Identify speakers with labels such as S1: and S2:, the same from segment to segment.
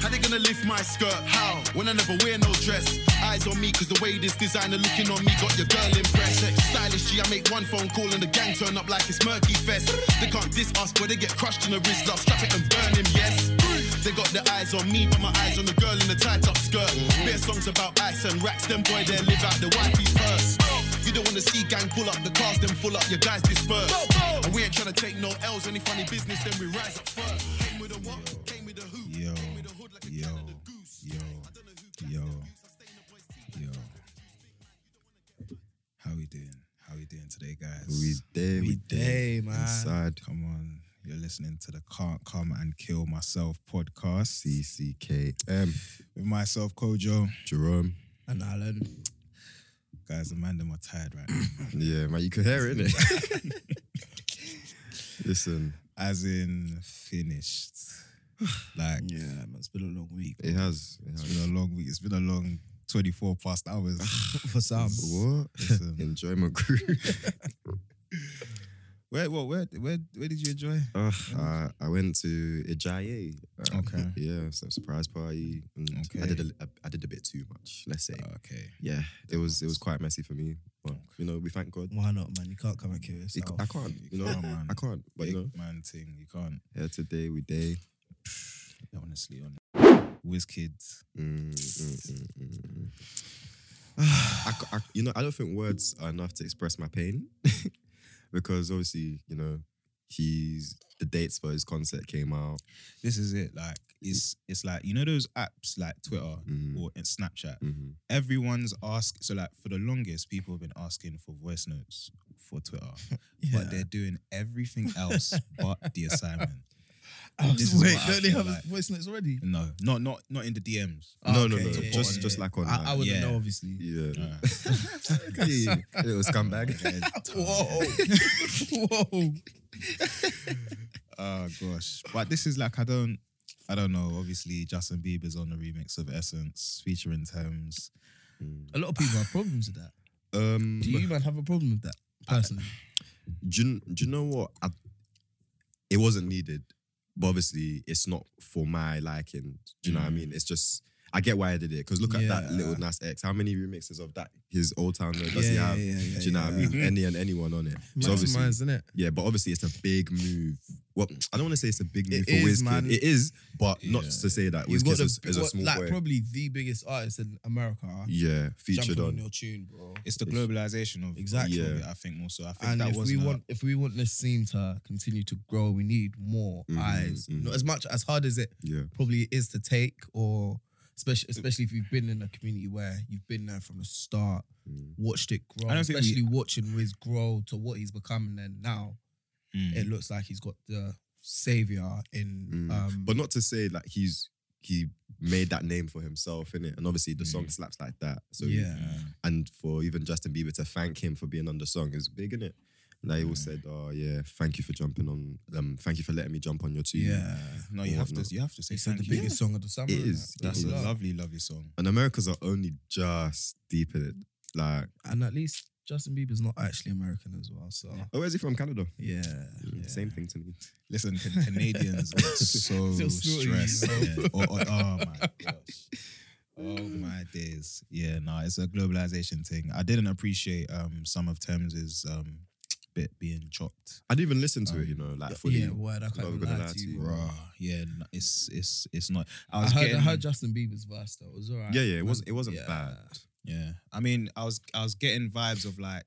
S1: How they gonna lift my skirt? How? When I never wear no dress. Eyes on me, cause the way this designer looking on me got your girl impressed. Next stylish G, I make one phone call and the gang turn up like it's Murky Fest. They can't diss us, but they get crushed in the wrist. I'll strap it and burn him, yes. They got their eyes on me, but my eyes on the girl in the tight up skirt. Bare songs about ice and racks, them boy, they live out the wifey's purse. You don't wanna see gang pull up, the cars then full up, your guys disperse. And we ain't tryna take no L's, any funny business, then we rise up first. Came with a what? Came with a who?
S2: Yo,
S1: Came with a hood like a
S2: yo,
S1: Canada goose.
S2: yo,
S1: I don't know who clapped
S2: yo,
S1: that goose, I stay in the boys' team.
S2: yo. How we doing? How we doing today, guys?
S3: We day,
S2: We
S3: we
S2: day,
S3: day,
S2: man.
S3: Inside
S2: Come on, you're listening to the Can't Come and Kill Myself podcast
S3: CCKM.
S2: with myself, Kojo.
S3: Jerome.
S4: And Alan.
S2: Guys, Amanda, I'm tired right now.
S3: Yeah, man, you can hear it, innit? Listen,
S2: As in finished. Like
S4: Yeah, man, it's been a long week.
S3: it has. It
S2: it's
S3: has.
S2: been a long week. It's been a long 24 past hours.
S4: For some.
S3: What?
S2: Listen.
S3: Enjoyment crew.
S2: Where, what, where, where, where did you enjoy?
S3: Ugh, I, I went to Ijaye. Uh,
S2: Okay.
S3: Yeah, so surprise party. and I
S2: Okay.
S3: did a, I did a bit too much. Let's say.
S2: Okay.
S3: yeah, it was it was quite messy for me, but you know we thank God.
S4: Why not, man? You can't come and kill
S3: You
S4: yourself.
S3: ca- I can't, you know,
S2: Come on.
S3: I can't. But
S2: Big
S3: you know,
S2: man thing. You can't.
S3: yeah, today we day.
S2: Honestly, honestly. WizKid.
S3: Mm, mm, mm, mm, mm. I, c- I- you know, I don't think words are enough to express my pain because obviously, you know, he's the dates for his concert came out.
S2: this is it. Like it's it's like you know those apps like Twitter
S4: Mm.
S3: Mhm.
S2: or in Snapchat.
S3: Mhm.
S2: Everyone's ask so like for the longest, people have been asking for voice notes for Twitter,
S4: Yeah.
S2: but they're doing everything else but the assignment.
S4: I was-
S2: This is
S4: Oh, wait,
S2: what I
S4: don't they
S2: feel
S4: have
S2: like.
S4: voice notes already?
S2: No, not not not in the DMs.
S4: Oh,
S3: no, no,
S4: okay,
S3: no,
S4: yeah, yeah,
S3: just
S4: yeah,
S3: just
S4: yeah.
S3: like on.
S4: I, I
S3: like,
S4: wouldn't
S2: Yeah.
S4: know, obviously.
S3: yeah,
S2: Alright.
S3: yeah, little scumbag.
S2: Whoa.
S4: Whoa. Whoa.
S2: Oh gosh. But this is like I don't I don't know. Obviously, Justin Bieber's on the remix of Essence featuring Thames.
S3: Mm.
S4: A lot of people have problems with that.
S3: Um,
S4: Do you man have a problem with that?
S3: Uh,
S4: Personally.
S3: do you, do you know what? I, it wasn't needed, but obviously it's not for my liking. Do you know what I mean? It's just I get why I did it because look at that
S4: Mm. Yeah.
S3: little Nas X. How many remixes of that his old town Road does he
S4: yeah,
S3: have?
S4: yeah, yeah,
S3: do you know what I mean? Any and anyone on it. So obviously,
S5: Maximize, innit?
S3: yeah, but obviously it's a big move. Well, I don't want to say it's a big move
S4: It
S3: for
S4: is,
S3: Wizkid.
S4: man.
S3: It is, but not
S2: Yeah.
S3: to say that
S4: You've
S3: Wizkid
S4: got
S3: is,
S4: the-
S3: is a
S4: what-
S3: small
S4: like
S3: boy.
S4: probably the biggest artist in America.
S3: yeah, featured
S4: jumping
S3: on.
S4: your tune, bro.
S2: It's the globalization of
S4: Exactly.
S2: of it,
S3: Yeah.
S2: I think more so. I think
S4: And
S2: that
S4: if
S2: was
S4: we want if we want this scene to continue to grow, we need more
S3: Mhm,
S4: eyes.
S3: mhm.
S4: Not as much as hard as it
S3: Yeah,
S4: probably is to take, or especially especially if you've been in a community where you've been there from the start,
S3: Mm.
S4: watched it grow,
S2: I don't think we-
S4: especially watching Wiz grow to what he's become, and then now
S2: Mm.
S4: it looks like he's got the savior in.
S3: Mm-hmm. Mm.
S4: Um,
S3: but not to say like he's he made that name for himself in it, and obviously the song
S2: Mm.
S3: slaps like that. So
S4: yeah,
S3: and for even Justin Bieber to thank him for being on the song is big, innit? And they all said, "Oh yeah, thank you for jumping on. Um, thank you for letting me jump on your tune."
S4: yeah.
S2: No, you
S3: or
S2: have to.
S3: whatnot.
S2: You have to say
S4: uh, It's like
S2: thank
S4: the
S2: you.
S4: biggest song of the summer.
S3: It
S4: and
S3: is.
S4: that.
S2: That's a
S4: Love.
S2: lovely, lovely song.
S3: And Americans are only just deep in it. Like,
S4: and at least Justin Bieber's not actually American as well. So
S3: oh, where's he from? Canada.
S4: yeah,
S3: Mm, Same thing to me.
S2: Listen, Can- Canadians get so
S4: Still snorting, you
S2: stressed.
S4: know.
S2: yeah. Oh, oh, oh my gosh. Oh my days. Yeah, no, it's a globalization thing. I didn't appreciate um some of Thames' um bit being chopped.
S3: I didn't even listen to it.
S2: Um,
S3: You know, like fully.
S4: yeah. Word, I can't
S3: not
S4: even
S3: gonna
S4: lie
S3: lie
S4: to
S3: to
S4: you.
S3: you.
S4: bro.
S2: Bruh. Yeah, no, it's it's it's not. I
S4: I,
S2: was
S4: heard,
S2: getting
S4: I heard Justin Bieber's verse though. It was alright.
S3: yeah, yeah, It was.
S4: Man,
S3: It wasn't
S4: yeah.
S3: bad.
S2: Yeah. I mean, I was I was getting vibes of like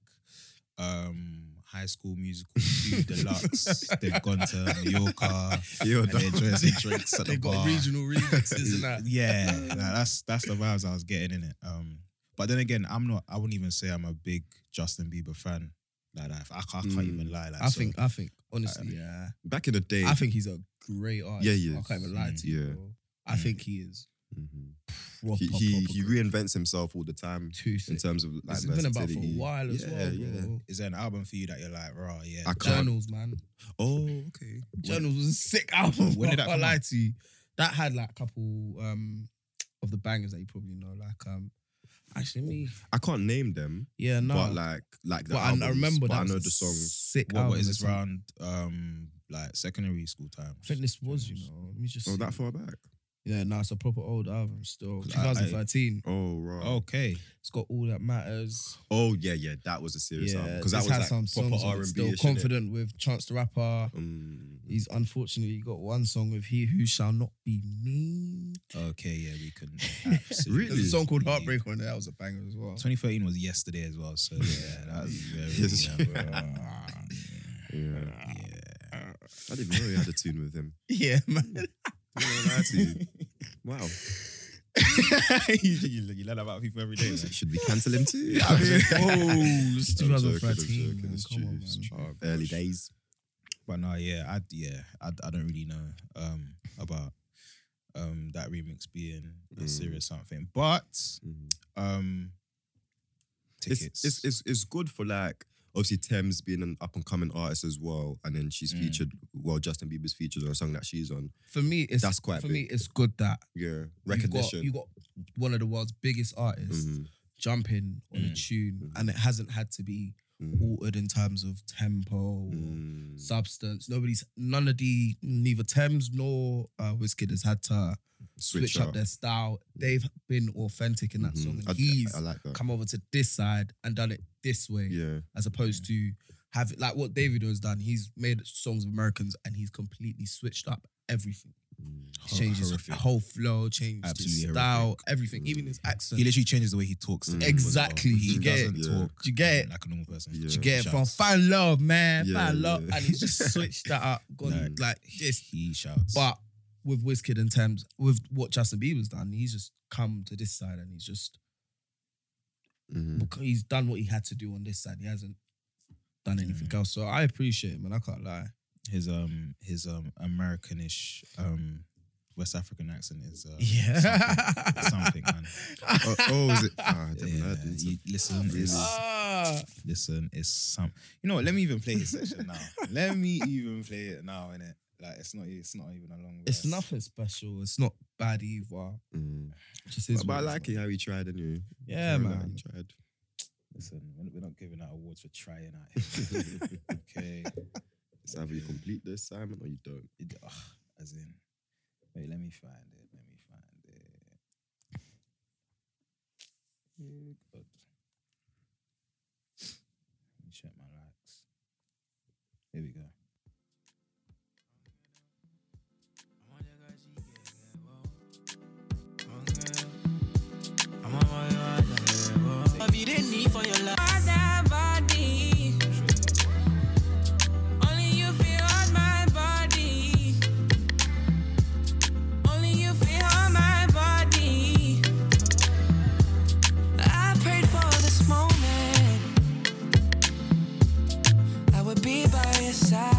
S2: um High School Musical 2 Deluxe. They've gone to Mallorca.
S3: Yo,
S2: and they're
S3: dog.
S2: enjoying some drinks at the
S4: They got
S2: bar.
S4: regional remixes and that.
S2: Yeah, like, that's that's the vibes I was getting in it. Um, but then again, I'm not. I wouldn't even say I'm a big Justin Bieber fan. Like that, I, can't- I can't
S3: Mm.
S2: even lie. Like,
S4: I
S2: so-
S4: think. I think. Honestly, yeah.
S3: Back in the day.
S4: I think he's a great artist.
S3: Yeah, he
S4: I
S3: is.
S4: can't even lie to you.
S3: Yeah.
S4: bro. I
S2: Mm.
S4: think he is
S3: Mhm.
S4: proper.
S3: he he,
S4: proper
S3: he
S4: great.
S3: reinvents himself all the time
S4: too
S3: in
S4: sick.
S3: terms of like
S4: This has been about for a
S3: versatility.
S4: while as
S3: Yeah,
S4: well,
S3: yeah.
S4: bro.
S2: is there an album for you that you're like, raw? Yeah,
S3: I can't.
S4: Journals, man.
S3: Oh, okay.
S4: Journals was a sick album.
S2: When
S4: When
S2: did that
S4: I
S2: come
S4: lie
S2: out?
S4: to you. That had like a couple um, of the bangers that you probably know. Like um, actually, me.
S3: I can't name them.
S4: Yeah, no.
S3: But like, like the
S4: But I, I
S3: albums,
S4: remember
S3: but
S4: that.
S3: I
S4: was
S3: know
S4: a
S3: the songs.
S4: Sick.
S2: what, what
S4: album
S2: is this
S4: as well.
S2: round? Um, like secondary school time.
S4: I think this was, you know. Let me just.
S3: Oh,
S4: see.
S3: that far back.
S4: Yeah, no, it's a proper old album still.
S2: 'Cause I- I-
S4: 2013.
S3: Oh right.
S2: Okay.
S4: it's got all that matters.
S3: Oh yeah, yeah. That was a serious album because that
S4: this
S3: was like
S4: has some
S3: proper
S4: songs on it
S3: R and
S4: Still
S3: B.
S4: confident with Chance the Rapper.
S3: Um,
S4: He's unfortunately got one song with He Who Shall Not Be Named.
S2: Okay. Yeah, we can.
S3: Really?
S4: There's a song called
S2: absolutely-
S4: Heartbreak on there. That was a banger as well.
S2: 2013 was yesterday as well. So yeah, that was very.
S3: Yes.
S2: yeah, bro.
S3: yeah.
S2: Yeah.
S3: I didn't even know he had a tune with him.
S4: Yeah, man.
S3: I'm not gonna lie to you. Wow.
S2: you, you, you learn about people every day. man.
S3: Should we cancel him too?
S4: Whoa, it's
S3: I'm joking, I'm
S4: 2013.
S3: joking,
S4: man.
S3: it's
S4: Come
S3: true,
S4: on,
S3: it's
S4: man.
S3: true. Early days.
S2: Oh, But no, yeah, I yeah, I, I don't really know um about um that remix being a
S3: Mm.
S2: serious something. But
S4: Mm-hmm.
S2: um
S3: It's,
S2: tickets.
S3: it's it's it's good for like obviously Thames being an up and coming artist as well, and then she's
S2: Mm.
S3: featured. Well, Justin Bieber's featured on a song that she's on.
S4: For me, it's
S3: That's quite
S4: for
S3: big.
S4: me, it's good that
S3: Yeah,
S4: you got,
S3: recognition.
S4: you got one of the world's biggest artists
S3: Mhm,
S4: jumping on a
S2: Mm.
S4: tune,
S3: Mhm.
S4: and it hasn't had to be
S3: mhm,
S4: altered in terms of tempo. or
S3: mhm.
S4: substance. Nobody's none of the neither Thames nor uh, Wizkid has had to switch, up. their style. They've been authentic in that
S3: Mhm.
S4: song.
S3: I-
S4: And he's
S3: I, like that.
S4: come over to this side and done it this way,
S3: Yeah,
S4: as opposed to have like what David has done. He's made songs of Americans and he's completely switched up everything.
S3: Mm-hmm.
S2: Hor-
S4: Changes
S2: horrific.
S4: whole flow, changed his
S2: Absolutely
S4: style,
S2: horrific.
S4: everything, even
S3: Mm.
S4: his accent.
S2: he literally changes the way he talks. to
S3: Mm.
S2: people as well.
S4: Exactly,
S2: He
S4: you get it,
S2: doesn't
S3: yeah.
S2: talk.
S4: You get it?
S2: like a normal person.
S3: Yeah.
S4: Did you get it
S2: Shouts.
S4: from fan love, man.
S3: Yeah,
S4: fan love,
S3: yeah.
S4: and he's just switched that up, gone
S2: No.
S4: like
S2: He,
S4: this
S2: he shouts.
S4: But with Wizkid in terms with what Justin Bieber's done, he's just come to this side and he's just
S3: mhm.
S4: he's done what he had to do on this side. He hasn't done anything else. So I appreciate him, and I can't lie.
S2: his um his um Americanish um West African accent is uh, something, something, man.
S3: oh, oh, is it? Ah, I haven't
S2: Yeah,
S3: heard it.
S2: you- listen, it's,
S4: Ah.
S2: listen, it's some. You know what? Let me even play his section now. let me even play it now, innit? Like it's not, it's not even a long.
S4: it's
S2: verse.
S4: nothing special. It's not bad either.
S3: Mm.
S4: It Just is
S3: But I
S4: what it is,
S3: like
S4: man.
S3: it how he tried anyway.
S4: Yeah,
S3: I really like
S4: man.
S3: He tried.
S2: Listen, we're not- we're not giving out awards for trying out. here. okay,
S3: It's either you complete the assignment or you don't.
S2: It- ugh, as in, wait, let me find it. Let me find it. Yeah, God. Let me check my likes. Here we go.
S5: Love you didn't need for your life. That body. Only you feel on my body. Only you feel on my body. I prayed for this moment. I would be by your side.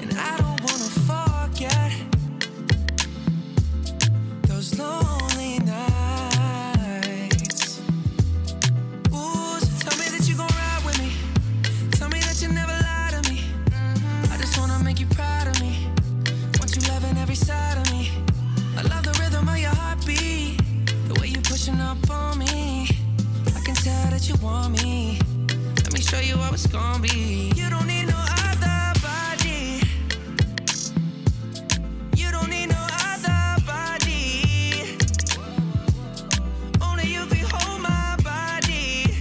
S5: And I don't wanna forget those lonely nights. Ooh, so tell me that you gon' ride with me. Tell me that you never lie to me. I just wanna make you proud of me. Want you loving every side of me. I love the rhythm of your heartbeat, the way you pushing up on me. I can tell that you want me. Let me show you how it's gonna be. You don't need no other body. You don't need no other body. Only you can hold my body.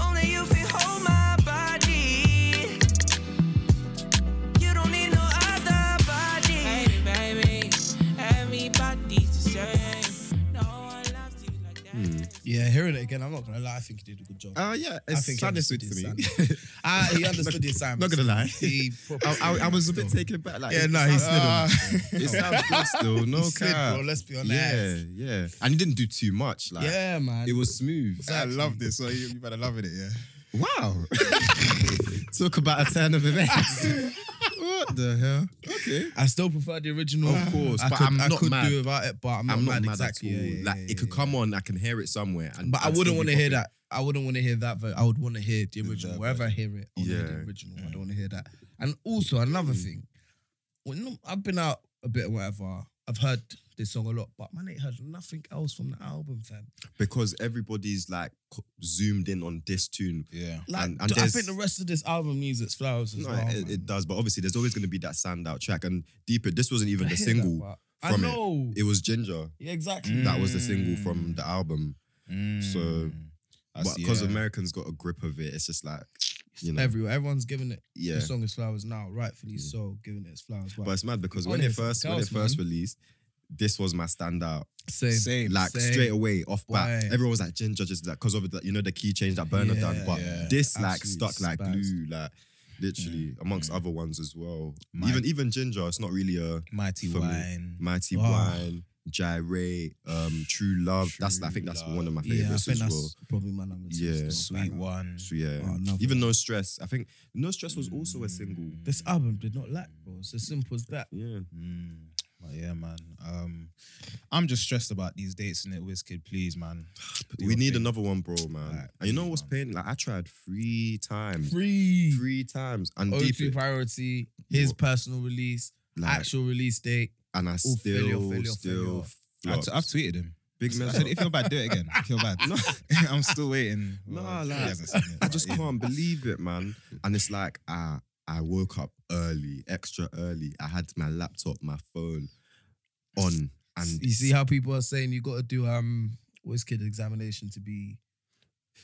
S5: Only you can hold my body. You don't need no other body. Baby, baby, everybody's the same. No one loves you like that.
S4: Yeah, hearing it again, I'm not gonna lie. I think he did a good job.
S3: Uh, yeah,
S4: I
S3: it
S4: think he
S3: sounded sweet
S4: understood
S3: to
S4: his
S3: me.
S4: assignment. Ah, he understood the assignment.
S3: Not gonna lie.
S4: He
S3: I, I, I was a bit
S4: Still.
S3: taken aback. Like,
S4: Yeah,
S3: it
S4: no,
S3: sounds-
S4: he
S3: uh,
S4: slid him.
S3: It sounds good still. No
S4: He slid,
S3: cap.
S4: bro. Let's be honest.
S3: yeah, yeah. And he didn't do too much. Like,
S4: yeah, man.
S3: it was smooth.
S2: I love this. So you, you better love it, yeah.
S3: Wow. Talk about a turn of events. what the hell? Okay.
S4: I still prefer the original.
S3: Of course,
S4: I
S3: but
S4: could,
S3: I'm
S4: I
S3: not
S4: could
S3: mad.
S4: do without it, but I'm not,
S3: I'm not
S4: mad,
S3: mad at
S4: exactly.
S3: all.
S4: Yeah, yeah,
S3: like,
S4: yeah,
S3: it could
S4: yeah.
S3: come on. I can hear it somewhere. And
S4: But I
S3: I'd
S4: wouldn't
S3: still
S4: want
S3: be
S4: to hear
S3: bopping.
S4: that. I wouldn't want to hear that. ver- I would want to hear the original. Wherever I hear it, I want to hear
S3: Yeah. Mm.
S4: the original. I don't want to hear that. And also another thing, when I'm- I've been out a bit or whatever, I've heard this song a lot, but man ain't heard nothing else from the album, fam.
S3: because everybody's like co- zoomed in on this tune.
S2: Yeah.
S4: Like,
S3: And- and
S4: I
S3: there's-
S4: think the rest of this album needs its flowers as
S3: No,
S4: well.
S3: it, it
S4: man.
S3: does, but obviously there's always going to be that standout track. And deeper, this wasn't even
S4: I
S3: the
S4: hear
S3: single.
S4: that, but
S3: from it.
S4: I know.
S3: it was Ginger
S4: Yeah, exactly.
S2: Mm.
S3: that was the single from the album. So,
S2: I
S3: but
S2: see,
S3: because
S2: yeah.
S3: Americans got a grip of it, it's just like you know,
S4: Mm. Everywhere, everyone's giving it.
S3: yeah.
S4: The song is flowers now, rightfully so, giving it its flowers. But,
S3: But it's mad because
S4: Oh,
S3: when
S4: yeah,
S3: it
S4: something
S3: first when it
S4: else,
S3: first
S4: man.
S3: released, this was my standout.
S4: same.
S2: Same.
S3: Like
S4: Same.
S3: straight away off bat,
S4: Why?
S3: everyone was like Ginger just like because of the you know the key change that Burner done.
S4: Yeah,
S3: But
S2: yeah.
S3: this like
S4: Absolute
S3: stuck like
S4: spazzed.
S3: glue, like literally amongst other ones as well.
S2: Mad.
S3: Even even Ginger, it's not really a
S2: Mighty
S3: for me.
S2: Wine.
S3: Mighty
S4: Wow.
S3: Wine, Gyrate, um, True Love. that's I think that's
S2: True
S3: one of my
S4: yeah, I
S3: favorites
S4: think
S3: as
S4: that's
S3: well.
S4: probably my number two.
S3: Yeah.
S4: still,
S2: Sweet
S4: banger.
S2: One.
S3: So yeah,
S4: Oh, I love
S3: even No Stress. I think No Stress was also a single.
S4: This album did not lack, bro. It's as simple as that.
S3: Yeah.
S2: Mm, but yeah, man. Um, I'm just stressed about these dates and it, Wizkid. Please, man. Do
S3: we
S2: your
S3: need
S2: thing.
S3: another one, bro, man.
S2: Alright,
S3: and you know
S2: please,
S3: what's
S2: man.
S3: pain? Like I tried three times,
S4: Free.
S3: three times, and deep
S4: O2
S3: it,
S4: priority, his personal release,
S3: like,
S4: actual release date.
S3: and I
S4: Oh,
S3: still,
S4: failure, failure,
S3: still,
S4: failure.
S2: I
S3: flopped.
S2: t- I've tweeted him.
S3: big
S2: I
S3: mess.
S2: said,
S3: up.
S2: if you're bad, do it again. If you're bad. I'm still waiting.
S3: Nah,
S2: Well, he
S3: like,
S2: hasn't seen it,
S3: I
S2: but
S3: just
S2: yeah.
S3: can't believe it, man. And it's like I, I woke up early, extra early. I had my laptop, my phone, on, and
S4: you see how people are saying you got to do um Wizkid examination to be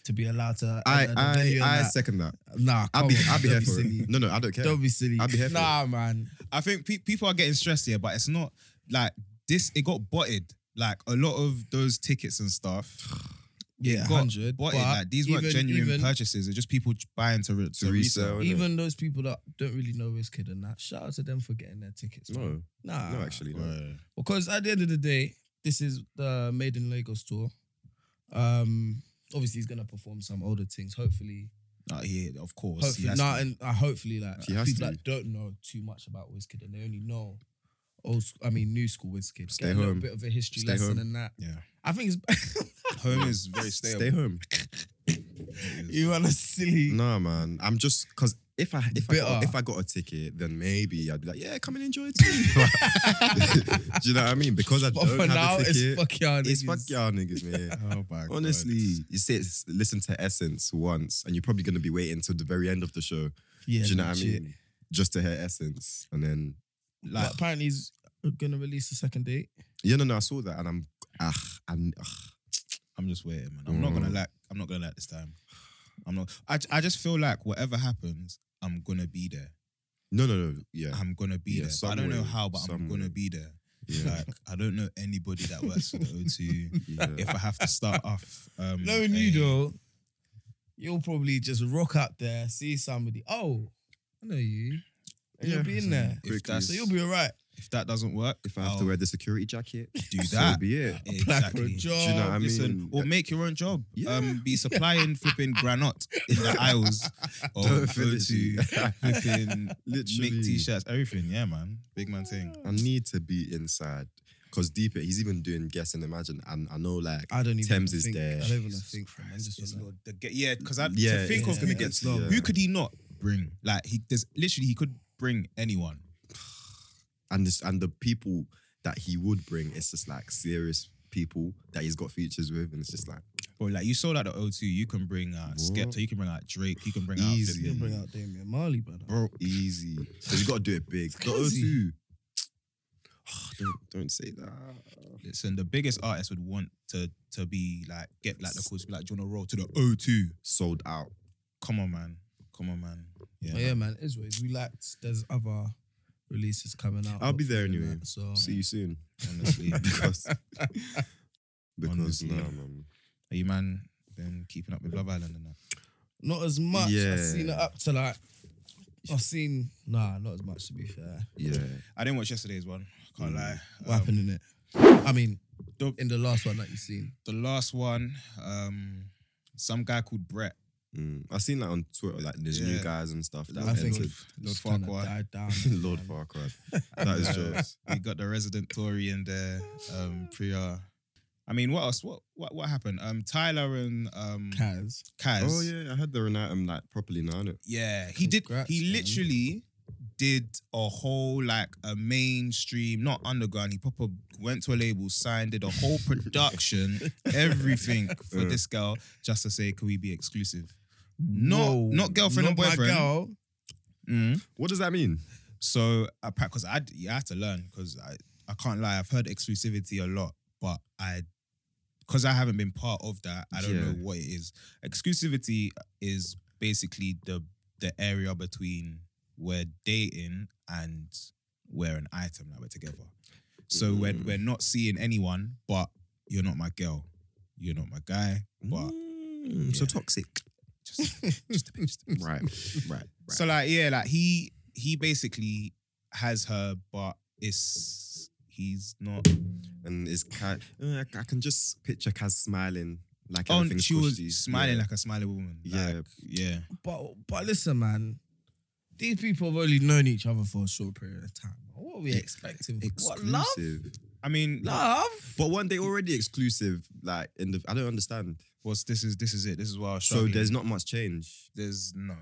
S4: to be allowed to.
S3: I,
S4: uh, the
S3: I,
S4: venue and
S3: I
S4: that.
S3: second that.
S4: nah,
S3: I'll
S4: come
S3: be,
S4: on,
S3: I'll be
S4: don't
S3: here for
S4: silly.
S3: it. No, no, I don't care.
S4: Don't be silly.
S3: I'll be here for
S4: nah, man.
S2: I think pe- people are getting stressed here, but it's not like this. It got botted. Like a lot of those tickets and stuff
S4: Yeah,
S2: got
S4: hundred.
S2: botted. Like these weren't genuine purchases. They're just people j- buying to, re- to
S3: To
S2: resell.
S3: resell. innit?
S4: Even those people that don't really know Wizkid and that, shout out to them for getting their tickets. man.
S3: No,
S4: nah,
S3: no, actually, no.
S4: Because at the end of the day, this is the Made in Lagos tour. Um, obviously he's gonna perform some older things. Hopefully,
S2: Nah, yeah, of course. he
S4: hopefully,
S2: has
S4: nah,
S2: to.
S4: and uh, hopefully, like
S3: He has
S4: people
S3: to.
S4: that don't know too much about Wizkid and they only know old, sc- I mean, new school Wizkid.
S3: Stay
S4: Get a little
S3: home.
S4: bit of a history
S3: Stay
S4: lesson
S3: home.
S4: and that.
S2: yeah.
S4: I think it's
S2: Home is very
S3: Stay,
S2: stable.
S3: home.
S4: you want a silly.
S3: Nah, man. I'm just because if I if I, got,
S4: Bitter.
S3: if I got a ticket, then maybe I'd be like, yeah, come and enjoy it too. Do you know what I mean? Because I
S4: But
S3: don't
S4: for
S3: have
S4: now,
S3: a
S4: it's
S3: ticket.
S4: fuck y'all.
S3: It's
S4: niggas.
S3: fuck y'all niggas, man.
S2: Oh my
S3: Honestly, you say it's, listen to Essence once, and you're probably gonna be waiting till the very end of the show.
S4: Yeah,
S3: Do you know what I
S4: legit.
S3: mean? Just to hear Essence, and then
S4: But apparently, he's gonna release a second date.
S3: yeah, no, no, I saw that, and I'm ah, and ah,
S2: I'm just waiting, man. I'm not gonna
S3: Mm.
S2: like. I'm not gonna like this time. I'm not. I, I just feel like whatever happens, I'm gonna be there.
S3: no, no, no, yeah,
S2: I'm gonna be
S3: Yeah,
S2: there. But I don't know
S3: somewhere,
S2: how, but I'm
S3: somewhere.
S2: gonna be there.
S3: yeah,
S2: Like I don't know anybody that works for the O2.
S3: yeah.
S2: If I have to start off, um,
S3: Mm,
S4: Knowing you
S2: a-
S4: though, you'll probably just rock up there, see somebody. Oh, I know you. And
S3: Yeah.
S4: you'll be in there.
S2: if,
S3: Quickly.
S2: that's,
S4: So you'll be all right.
S2: if that doesn't work,
S3: If I have to
S2: I'll
S3: wear the security jacket,
S2: do
S3: so
S2: that,
S3: be it.
S4: Apply for a
S2: exactly.
S4: job.
S3: Do you know what I mean?
S2: Listen, or make your own job.
S3: Yeah.
S2: Um, be supplying flipping granite in the aisles of
S3: Don't finish
S2: O2, flipping
S3: Literally.
S2: make t-shirts, everything. Yeah, man, big man thing.
S3: I need to be inside. Cause deeper, he's even doing guess and imagine, and I know like
S4: I don't even
S3: Thames
S4: wanna
S3: is
S4: think.
S3: there.
S4: I don't even wanna think from I'm just
S2: It's
S4: wanna-
S2: not the ge- yeah, because I
S3: Yeah,
S2: to think
S4: yeah,
S2: of who
S4: yeah.
S2: gets
S3: Yeah.
S2: who could he not bring? Like he there's literally he could bring anyone.
S3: and this and the people that he would bring, it's just like serious people that he's got features with, and it's just like
S2: But like you saw that the O2, you can bring out Skepta, you can bring out Drake, you can bring uh,
S3: Easy.
S2: out
S4: You
S2: Flippin'.
S4: bring out Damian Marley, brother.
S3: bro, easy. So you gotta do it big. The
S4: crazy.
S3: O2. Oh, don't don't say that.
S2: Listen, the biggest artist would want to to be like get like the calls, be like, do you want to roll to the O2?
S3: Sold out.
S2: Come on, man. Come on, man. Yeah.
S4: But yeah, man, it is what it is. We lacked. There's other releases coming out.
S3: I'll be
S4: hopefully
S3: there
S4: and
S3: anyway.
S4: that, so
S3: See you soon.
S2: Honestly. Are
S3: Because because
S2: Honestly.
S3: nah, man.
S2: you man then keeping up with Love Island and that?
S4: not as much.
S3: Yeah.
S4: I've seen it up to like. I've seen nah, not as much to be fair.
S3: Yeah.
S2: I didn't watch yesterday's one. Can't
S3: Mm.
S2: lie.
S4: What
S2: Um,
S4: happened in it? I mean,
S2: Dope.
S4: in the last one that you seen.
S2: The last one, um, some guy called Brett.
S3: Mm. I've seen that on Twitter, like there's new
S2: Yeah.
S3: guys and stuff that
S4: I
S3: have
S4: think
S3: entered.
S2: Lord
S4: it's kinda
S2: Farquhar.
S4: died down.
S3: Lord
S4: man.
S3: Farquhar. That is jokes.
S2: We got the resident Tory in there, um, Priya. I mean, what else? What what what happened? Um, Tyler and um,
S4: Kaz.
S2: Kaz.
S3: Oh yeah, I had the Renatum um, like properly now, innit?
S2: yeah. He did.
S4: Congrats,
S2: He
S4: man.
S2: literally did a whole like a mainstream, not underground. He proper went to a label, signed, did a whole production, everything for
S3: Uh.
S2: this girl, just to say, can we be exclusive? No,
S4: Whoa,
S2: not girlfriend and
S4: not my
S2: boyfriend.
S4: girl.
S2: Mhm.
S3: What does that mean?
S2: So, because I, yeah, I had to learn because I, I can't lie. I've heard exclusivity a lot, but I, because I haven't been part of that, I don't
S3: Yeah.
S2: know what it is. Exclusivity is basically the the area between we're dating and we're an item that we're together. So we're
S3: Mm.
S2: we're not seeing anyone, but you're not my girl, you're not my guy, but
S3: Mm, So
S2: yeah.
S3: toxic.
S2: just just a bit, just a bit.
S3: Right, right, right.
S2: So like yeah, like he he basically has her, but it's he's not.
S3: and it's kind. uh, I can just picture Kaz smiling like
S2: Oh,
S3: everything's
S2: she was
S3: cushy.
S2: smiling
S3: Yeah.
S2: like a smiling woman.
S3: Yeah.
S2: like, yeah.
S4: But but listen, man, these people have only known each other for a short period of time. What are we expecting? What love?
S3: exclusive.
S2: I mean,
S4: Love?
S3: But one day already exclusive. Like in the, I don't understand.
S2: what's this is this is it. This is why I was
S3: So
S2: struggling.
S3: there's not much change.
S2: there's no,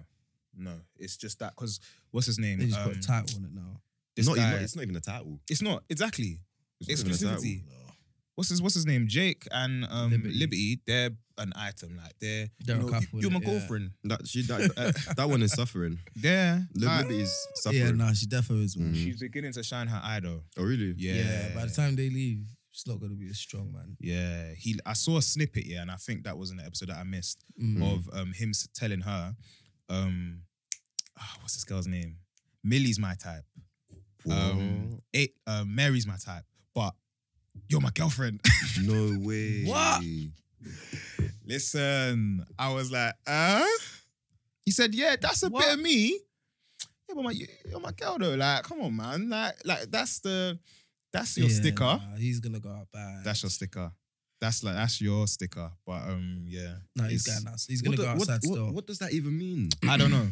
S2: no. It's just that because what's his name?
S4: They just
S2: Um,
S4: put a title on it now.
S2: this
S3: not,
S2: guy-
S3: not- it's not even a title.
S2: it's not exactly.
S3: It's not even a title.
S2: Exclusivity. What's his What's his name? Jake and um, Liberty.
S4: Liberty.
S2: They're an item. Like they're,
S4: They're a
S2: you know,
S4: couple,
S2: You, are my
S4: yeah.
S2: girlfriend.
S3: That she that uh, that one is suffering.
S2: They're like,
S3: Liberty is suffering.
S4: Yeah, nah, she definitely is one.
S3: Mm.
S2: she's beginning to shine her eye though.
S3: Oh really?
S2: Yeah.
S4: Yeah. by the time they leave, it's not gonna be as strong, man.
S2: Yeah, he. I saw a snippet, yeah, and I think that was an episode that I missed
S4: Mm.
S2: of um him s- telling her, um, ah, what's this girl's name? Millie's my type. Um, it, uh, Mary's my type, but you're my girlfriend.
S3: no way.
S4: What?
S2: Listen, I was like, uh? He said, yeah, that's a bit
S4: What?
S2: of me. Yeah, but my, you- you're my girl though. Like, come on, man. Like, like that's the, that's your
S4: Yeah,
S2: sticker.
S4: nah, he's gonna go out bad.
S2: That's your sticker. That's like that's your sticker. But um, yeah.
S4: no, he's
S2: it's-
S4: going out. He's
S3: What
S4: gonna go
S3: the- what-
S4: outside
S3: what,
S4: still.
S3: what does that even mean?
S2: I don't know.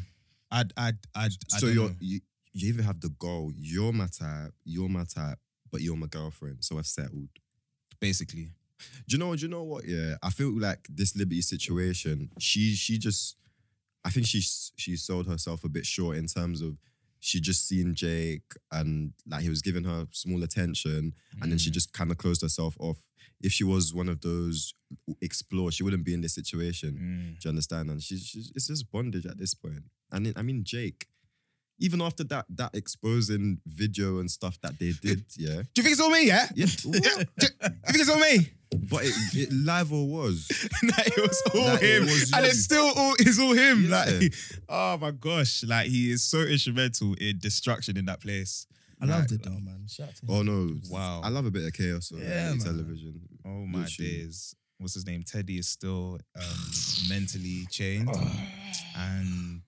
S2: I I I. I
S3: so
S2: don't
S3: you're,
S2: know.
S3: you you even have the goal. You're my type. You're my type. But you're my girlfriend. So I've settled.
S2: basically.
S3: Do you know? Do you know what? Yeah, I feel like this Liberty situation. She she just, I think she she sold herself a bit short in terms of she just seen Jake and like he was giving her small attention, and then she
S2: Mm.
S3: just kind of closed herself off. If she was one of those explore, she wouldn't be in this situation.
S2: Mm.
S3: Do you understand? And she's, she's it's just bondage at this point. And then, I mean Jake. Even after that that exposing video and stuff that they did, yeah,
S2: Do you think it's on me? Yeah.
S3: yeah,
S2: yeah. Do you think it's on me?
S3: but it, it live or was.
S2: That it was all
S3: That it
S2: him,
S3: was
S2: and
S3: you.
S2: it's still all it's all him.
S3: Yeah.
S2: Like, oh my gosh, like he is so instrumental in destruction in that place.
S4: I loved it though, man. Shout out to him.
S3: Oh no!
S2: Wow.
S3: I love a bit of chaos on
S4: Yeah,
S3: reality
S4: man.
S3: television.
S2: Oh my
S3: Literally.
S2: days. What's his name? Teddy is still um, mentally chained,
S3: Oh.
S2: and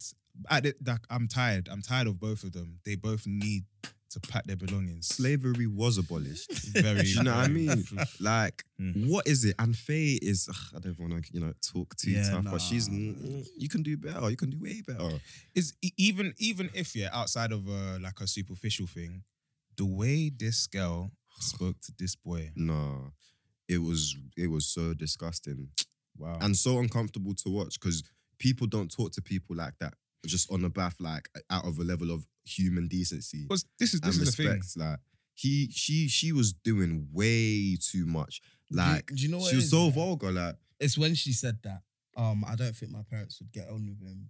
S2: I did, like, I'm tired. I'm tired of both of them. They both need to pack their belongings.
S3: Slavery was abolished.
S2: Very,
S3: Do you know what I
S2: very-
S3: mean? Like,
S2: Mm.
S3: what is it? And Faye is. ugh, I don't want to, you know, talk too
S4: Yeah,
S3: tough, but she's.
S4: nah.
S3: mm, You can do better. You can do way better.
S2: is e- even even if yeah, outside of uh, like a superficial thing, the way this girl spoke to this boy,
S3: No, it was it was so disgusting
S2: wow,
S3: and so uncomfortable to watch because people don't talk to people like that. Just on the bath, like out of a level of human decency.
S2: was this is
S3: and
S2: this is the thing.
S3: respect. Like he, she, she was doing way too much. Like
S4: do you know what
S3: she
S4: it
S3: was
S4: is,
S3: so
S4: yeah?
S3: vulgar. Like
S4: It's when she said that. Um, I don't think my parents would get on with him.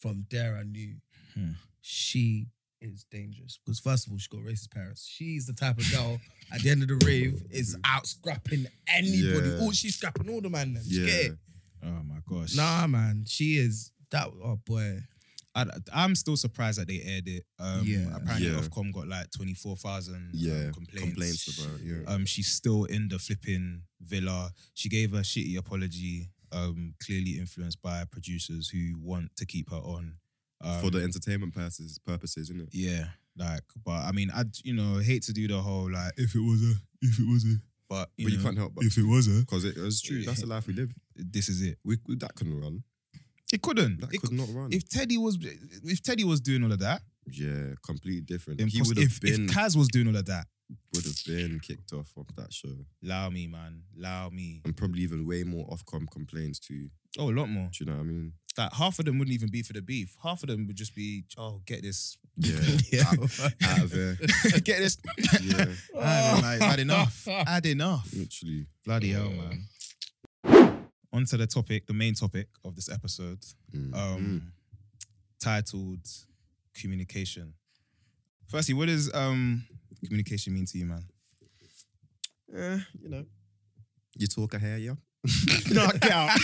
S4: From there, I knew
S2: Hmm.
S4: she is dangerous because first of all, she got racist parents. She's the type of girl at the end of the rave is out scrapping anybody.
S3: Yeah.
S4: Oh, she's scrapping all the man. Then. Yeah.
S3: yeah,
S2: Oh my gosh,
S4: Nah, man, she is that. Oh boy,
S2: I, am still surprised that they aired it. Um,
S4: Yeah.
S2: apparently
S3: Yeah.
S2: Ofcom got like twenty four thousand
S3: yeah,
S2: um, complaints.
S3: complaints about yeah.
S2: Um, she's still in the flipping villa. She gave a shitty apology. Um, clearly influenced by producers who want to keep her on. Um,
S3: for the entertainment purposes, purposes, isn't it?
S2: Yeah, like, but I mean, I you know hate to do the whole like if it was a if it was a, but you,
S3: but you
S2: know,
S3: can't help but
S2: if it was a,
S3: because it, it's true. That's the life we live.
S2: this is it.
S3: We, we that couldn't run.
S2: It couldn't.
S3: That
S2: It
S3: could
S2: cou-
S3: not run.
S2: If Teddy was if Teddy was doing all of that,
S3: yeah, completely different.
S2: then
S3: he
S2: poss-
S3: would
S2: if
S3: have been.
S2: if Kaz was doing all of that,
S3: would have been kicked off of that show,
S2: Allow me, man. Allow me.
S3: and probably even way more Ofcom complaints too.
S2: Oh, a lot more.
S3: Do you know what I mean?
S2: Like half of them wouldn't even be for the beef. Half of them would just be, oh, get this,
S3: Yeah, out of there.
S2: get this.
S3: Yeah,
S2: I've like, had enough. Had enough.
S3: literally.
S2: Bloody hell, man. On to the topic, the main topic of this episode,
S3: Mm.
S2: um, titled Communication. Firstly, what does um, communication mean to you, man?
S3: Eh, you know, you talk a hair, yeah.
S2: no, get out.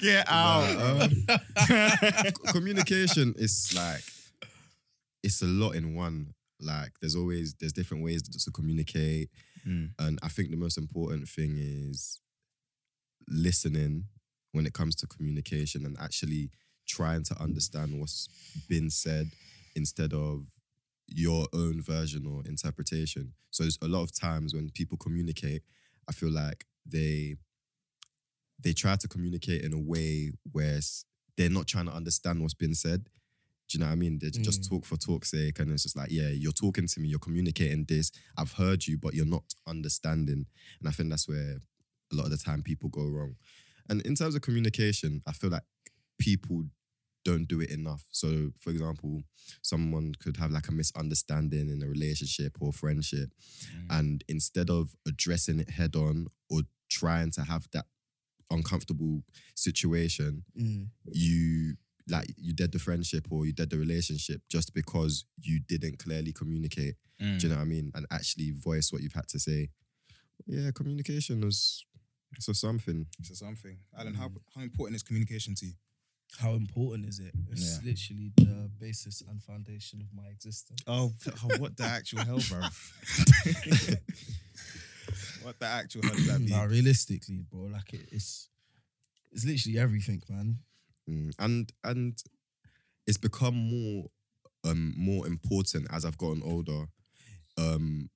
S2: get
S3: Nah, um, c- communication is like it's a lot in one. Like there's always there's different ways to, to communicate,
S2: Mm.
S3: and I think the most important thing is listening when it comes to communication and actually trying to understand what's been said instead of your own version or interpretation. So there's a lot of times when people communicate, I feel like they they try to communicate in a way where s- they're not trying to understand what's been said. Do you know what I mean? They just
S4: Mm.
S3: talk for talk's sake, and it's just like, yeah, you're talking to me, you're communicating this. I've heard you, but you're not understanding. And I think that's where a lot of the time people go wrong. And in terms of communication, I feel like people don't do it enough. So, for example, someone could have like a misunderstanding in a relationship or friendship.
S2: Mm.
S3: And instead of addressing it head on or trying to have that uncomfortable situation,
S4: Mm.
S3: you like you did the friendship or you did the relationship just because you didn't clearly communicate.
S2: Mm.
S3: Do you know what I mean? And actually voice what you've had to say. Yeah, communication is so something.
S2: So something. Alan, how, how important is communication to you?
S4: How important is it? It's
S2: Yeah.
S4: literally the basis and foundation of my existence.
S2: Oh, what the actual hell, bro? what the actual hell does that
S3: Mm.
S2: mean?
S4: Nah, realistically, bro, like it, it's it's literally everything, man.
S3: Mm, and and it's become more um more important as I've gotten older. Um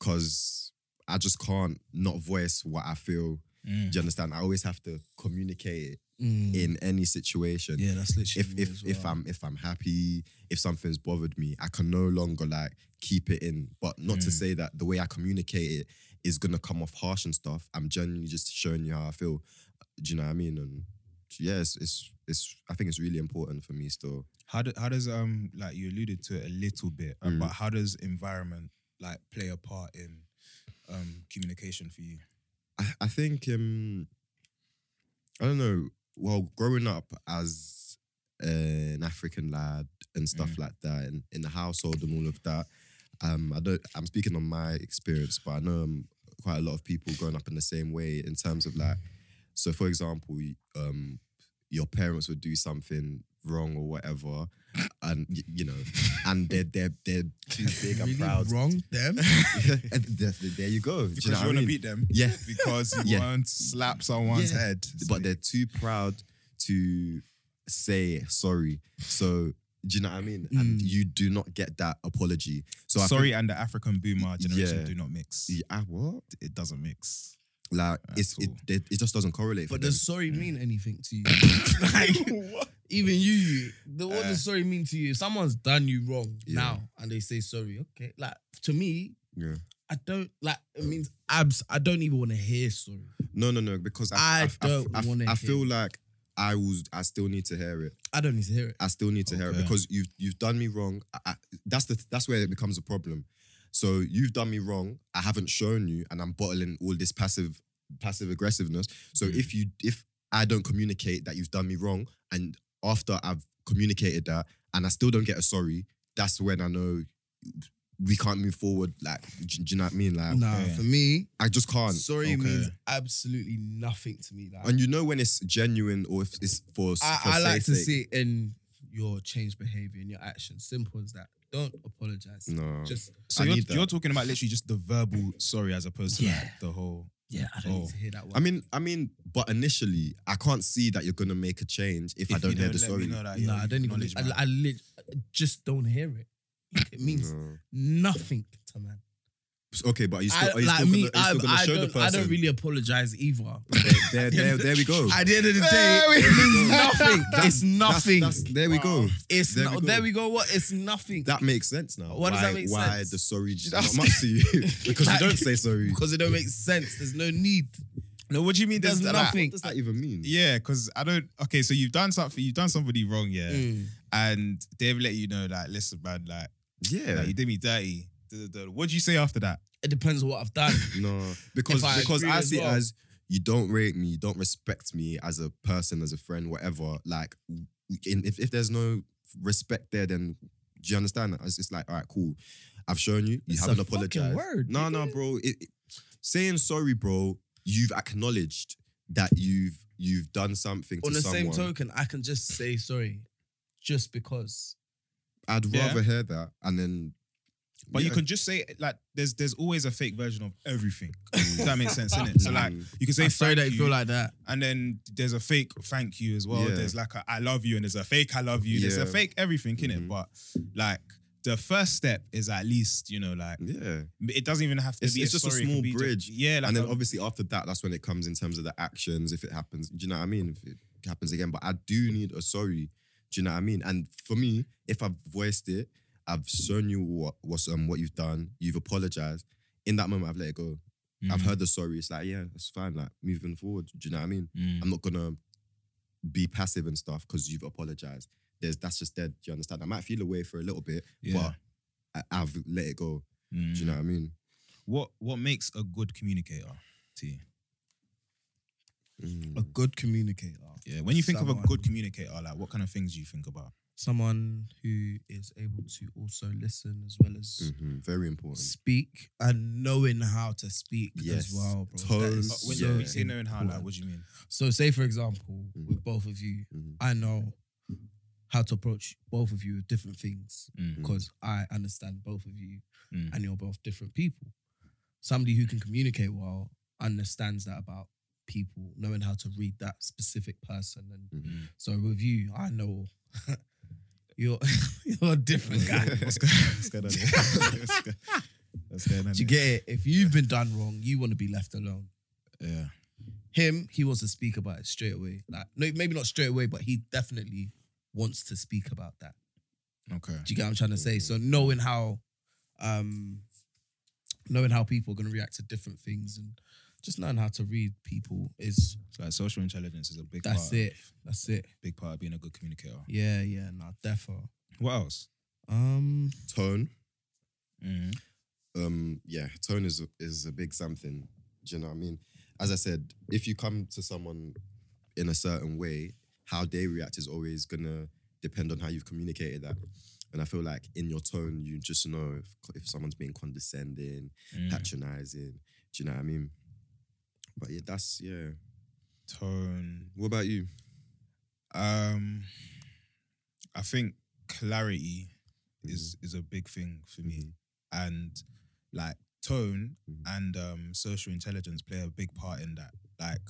S3: cuz I just can't not voice what I feel. Do you understand? I always have to communicate it in any situation.
S4: Mm. Yeah, that's literally
S3: If
S4: me
S3: if
S4: as
S3: if
S4: well.
S3: I'm if I'm happy, if something's bothered me, I can no longer like keep it in. But not to
S2: Mm.
S3: say that the way I communicate it is gonna come off harsh and stuff. I'm genuinely just showing you how I feel. Do you know what I mean? And yeah, it's it's, it's I think it's really important for me still.
S2: How do, how does um like you alluded to it a little bit, uh,
S3: Mm.
S2: but how does environment like play a part in um communication for you?
S3: I, I think um I don't know. Well, growing up as an African lad and stuff
S2: Mm.
S3: like that, and in the household and all of that, um, I don't. I'm speaking on my experience, but I know um, quite a lot of people growing up in the same way in terms of like. So, for example, y- um, your parents would do something wrong or whatever, and y- you know, and they're they're they're too big and
S4: really
S3: proud.
S4: wrong them.
S3: And th- th- there you go. Do
S2: Because
S3: you,
S2: you,
S3: know what I
S2: want to
S3: mean?
S2: beat them,
S3: Yeah.
S2: because you
S3: Yeah.
S2: want to slap someone's
S3: Yeah.
S2: head.
S3: but they're too proud to say sorry. So do you know what I mean? And
S4: Mm.
S3: you do not get that apology. So
S2: sorry, and the African boomer generation
S3: Yeah.
S2: do not mix.
S3: I think, yeah, ah, what?
S2: It doesn't mix.
S3: Like
S2: That's
S3: it's it,
S2: all.
S3: they- it just doesn't correlate. for
S4: But
S3: them.
S4: does sorry mean anything to you? like, even you, the, what
S2: Uh.
S4: does sorry mean to you? If someone's done you wrong
S3: Yeah.
S4: now and they say sorry, okay. Like to me,
S3: yeah.
S4: I don't like it means abs I don't even want to hear sorry.
S3: No, no, no. Because
S4: I
S3: I, I,
S4: don't
S3: I, I,
S4: wanna
S3: I feel
S4: hear.
S3: like I was. I still need to hear it.
S4: I don't need to hear it.
S3: I still need to hear it
S2: Okay.
S3: because you've you've done me wrong. I, I, that's the that's where it becomes a problem. So you've done me wrong. I haven't shown you, and I'm bottling all this passive passive aggressiveness. So
S2: Mm.
S3: if you if I don't communicate that you've done me wrong, and after I've communicated that, and I still don't get a sorry, that's when I know we can't move forward. Like, do, do you know what I mean? Like,
S4: Nah,
S2: Okay.
S4: for me,
S3: I just can't.
S4: sorry
S2: Okay.
S4: means absolutely nothing to me. Like,
S3: And you know when it's genuine or if it's for.
S4: I,
S3: for
S4: I like
S3: say's
S4: to
S3: sake.
S4: see it in your changed behavior and your actions. Simple as that. Don't apologize.
S3: No.
S4: Just
S2: So
S3: I
S2: you're,
S3: need that.
S2: you're talking about literally just the verbal sorry as opposed to
S4: Yeah.
S2: like the whole.
S4: yeah, I don't
S2: Oh.
S4: need to hear that one.
S3: I mean, I mean, but initially, I can't see that you're gonna make a change if, I
S2: If
S3: don't
S2: you
S3: hear the
S2: let me
S3: story.
S2: know that,
S4: no,
S2: yeah,
S4: I don't even.
S2: acknowledge,
S4: I,
S2: man.
S4: I, lit- I just don't hear it. It means
S3: No.
S4: nothing to man.
S3: Okay, but are you
S4: I,
S3: still, are you
S4: like
S3: still
S4: me,
S3: gonna, are you still gonna
S4: I, I,
S3: show the
S4: don't,
S3: person? Oh.
S4: I don't really apologize either.
S3: there, there, there we go.
S4: At the end of the day,
S2: There we
S4: it means
S3: go.
S4: nothing.
S3: That's-
S4: it's nothing.
S3: That's, there we go.
S4: it's
S3: there
S4: no-
S3: we go.
S4: there we go. What? It's nothing.
S3: That makes sense now.
S4: What
S3: why,
S4: does that make
S3: why
S4: sense?
S3: the sorry just not much to you? because
S4: Like-
S3: you don't say sorry.
S4: because it don't make sense. There's no need.
S2: No, what do you mean?
S4: There's
S2: that-
S4: nothing.
S3: What does that even mean?
S2: Yeah, because I don't. Okay, so you've done something. You've done somebody wrong. Yeah,
S4: Mm.
S2: and they've let you know. Like, listen, man. Like,
S3: Yeah.
S2: like, you did me dirty. Duh, duh, duh. What do you say after that?
S4: It depends on what I've done.
S3: No, because
S4: If I
S3: because
S4: agree
S3: I
S4: as
S3: see
S4: well.
S3: it as you don't rate me, you don't respect me as a person, as a friend, whatever. Like, w- in, if if there's no respect there, then do you understand that? It's just like, all right, cool. I've shown you. You
S4: It's
S3: haven't
S4: a fucking
S3: apologized.
S4: word,
S3: no, no,
S4: nigga.
S3: bro. It, it- saying sorry, bro. You've acknowledged that you've you've done something
S4: on
S3: to
S4: the
S3: someone.
S4: same token, I can just say sorry, just because.
S3: I'd
S2: Yeah.
S3: rather hear that, and then.
S2: But you
S3: Yeah.
S2: can just say like, there's there's always a fake version of everything. Does that make sense? Innit? So like, you can say
S4: I'm sorry
S2: thank
S4: that you
S2: you,
S4: feel like that.
S2: and then there's a fake thank you as well.
S3: Yeah.
S2: There's like a I love you, and there's a fake I love you. There's a
S3: Yeah.
S2: fake everything in it.
S3: Mhm.
S2: But like the first step is at least you know like
S3: yeah.
S2: it doesn't even have to
S3: It's-
S2: be.
S3: it's just a
S2: sorry, it can
S3: small
S2: be just-
S3: bridge.
S2: yeah, like
S3: and then
S2: a-
S3: obviously after that, that's when it comes in terms of the actions, if it happens. Do you know what I mean? If it happens again, but I do need a sorry. Do you know what I mean? And for me, if I've voiced it, I've shown you what what's um what you've done, you've apologized. In that moment, I've let it go. I've
S2: Mhm.
S3: heard the sorry. It's like, yeah, it's fine. Like moving forward. Do you know what I mean?
S2: Mm.
S3: I'm not gonna be passive and stuff because you've apologized. There's that's just dead. Do you understand? I might feel away for a little bit,
S2: Yeah.
S3: but I, I've let it go.
S2: Mm.
S3: Do you know what I mean?
S2: What what makes a good communicator to you?
S3: Mm.
S4: A good communicator.
S2: Yeah. When you think of a
S4: Someone-
S2: good communicator, like what kind of things do you think about? Uh,
S4: Someone who is able to also listen as well as
S3: Mhm. Very important.
S4: speak and knowing how to speak
S3: Yes.
S4: as well, bro.
S3: Tone.
S4: That is
S2: But when
S3: Yeah.
S2: you say knowing how, like,
S4: important.
S2: what do you mean?
S4: So, say for example,
S3: Mhm.
S4: with both of you,
S3: Mhm.
S4: I know how to approach both of you with different things
S2: Mm.
S4: because I understand both of you
S2: Mm.
S4: and you're both different people. Somebody who can communicate well understands that about people, knowing how to read that specific person. And
S2: Mm-hmm.
S3: Mhm.
S4: so, with you, I know. You're, you're a different guy.
S2: What's going what's going on? here? What's go- what's going on?
S4: Do you
S2: here?
S4: get it? If you've been done wrong, you want to be left alone.
S2: Yeah.
S4: him, he wants to speak about it straight away. Like, no, maybe not straight away, but he definitely wants to speak about that.
S2: Okay.
S4: Do you get what I'm trying to say? So knowing how, um, knowing how people are going to react to different things and just knowing how to read people is
S2: So like social intelligence is a big
S4: that's
S2: part.
S4: it. That's it.
S2: Big part of being a good communicator.
S4: Yeah, yeah, nah, defo.
S2: What else?
S4: Um,
S3: Tone. Mm-hmm.
S2: Mm.
S3: um yeah tone is is a big something do you know what i mean as i said if you come to someone in a certain way how they react is always gonna depend on how you've communicated that and i feel like in your tone you just know if, if someone's being condescending
S2: Mm. Mm-hmm.
S3: patronizing do you know what i mean but yeah that's yeah
S2: Tone.
S3: what about you
S2: Um, I think clarity is is a big thing for me, and like tone
S3: Mhm.
S2: and um, social intelligence play a big part in that. Like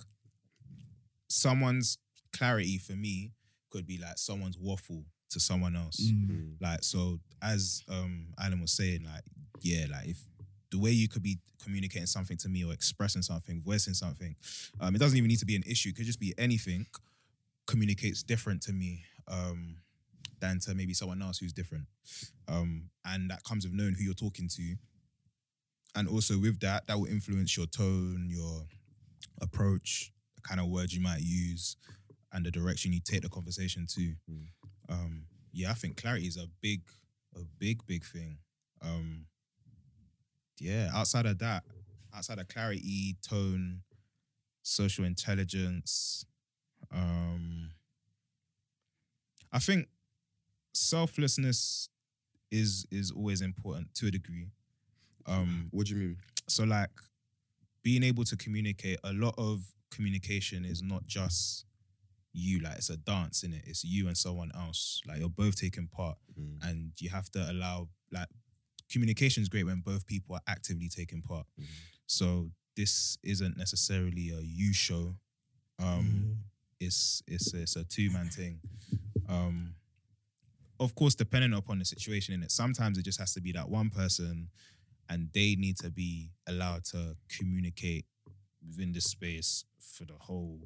S2: someone's clarity for me could be like someone's waffle to someone else.
S3: Mm.
S2: Like so, as um Alan was saying, like yeah, like if the way you could be communicating something to me or expressing something, voicing something, um, it doesn't even need to be an issue. It could just be anything. Communicates different to me um than to maybe someone else who's different, um, and that comes with knowing who you're talking to, and also with that, that will influence your tone, your approach, the kind of words you might use, and the direction you take the conversation to.
S3: Mm.
S2: Um, yeah, I think clarity is a big, a big, big thing. Um, yeah, outside of that, outside of clarity, tone, social intelligence, um, I think selflessness is is always important to a degree. Um,
S3: what do you mean
S2: so like being able to communicate, a lot of communication is not just you, like it's a dance in it. It's you and someone else. Like you're both taking part
S3: Mm.
S2: and you have to allow like communication is great when both people are actively taking part.
S3: Mhm.
S2: So this isn't necessarily a you show. Um it's it's it's a two man thing. Um, of course, depending upon the situation in it, sometimes it just has to be that one person, and they need to be allowed to communicate within the space for the whole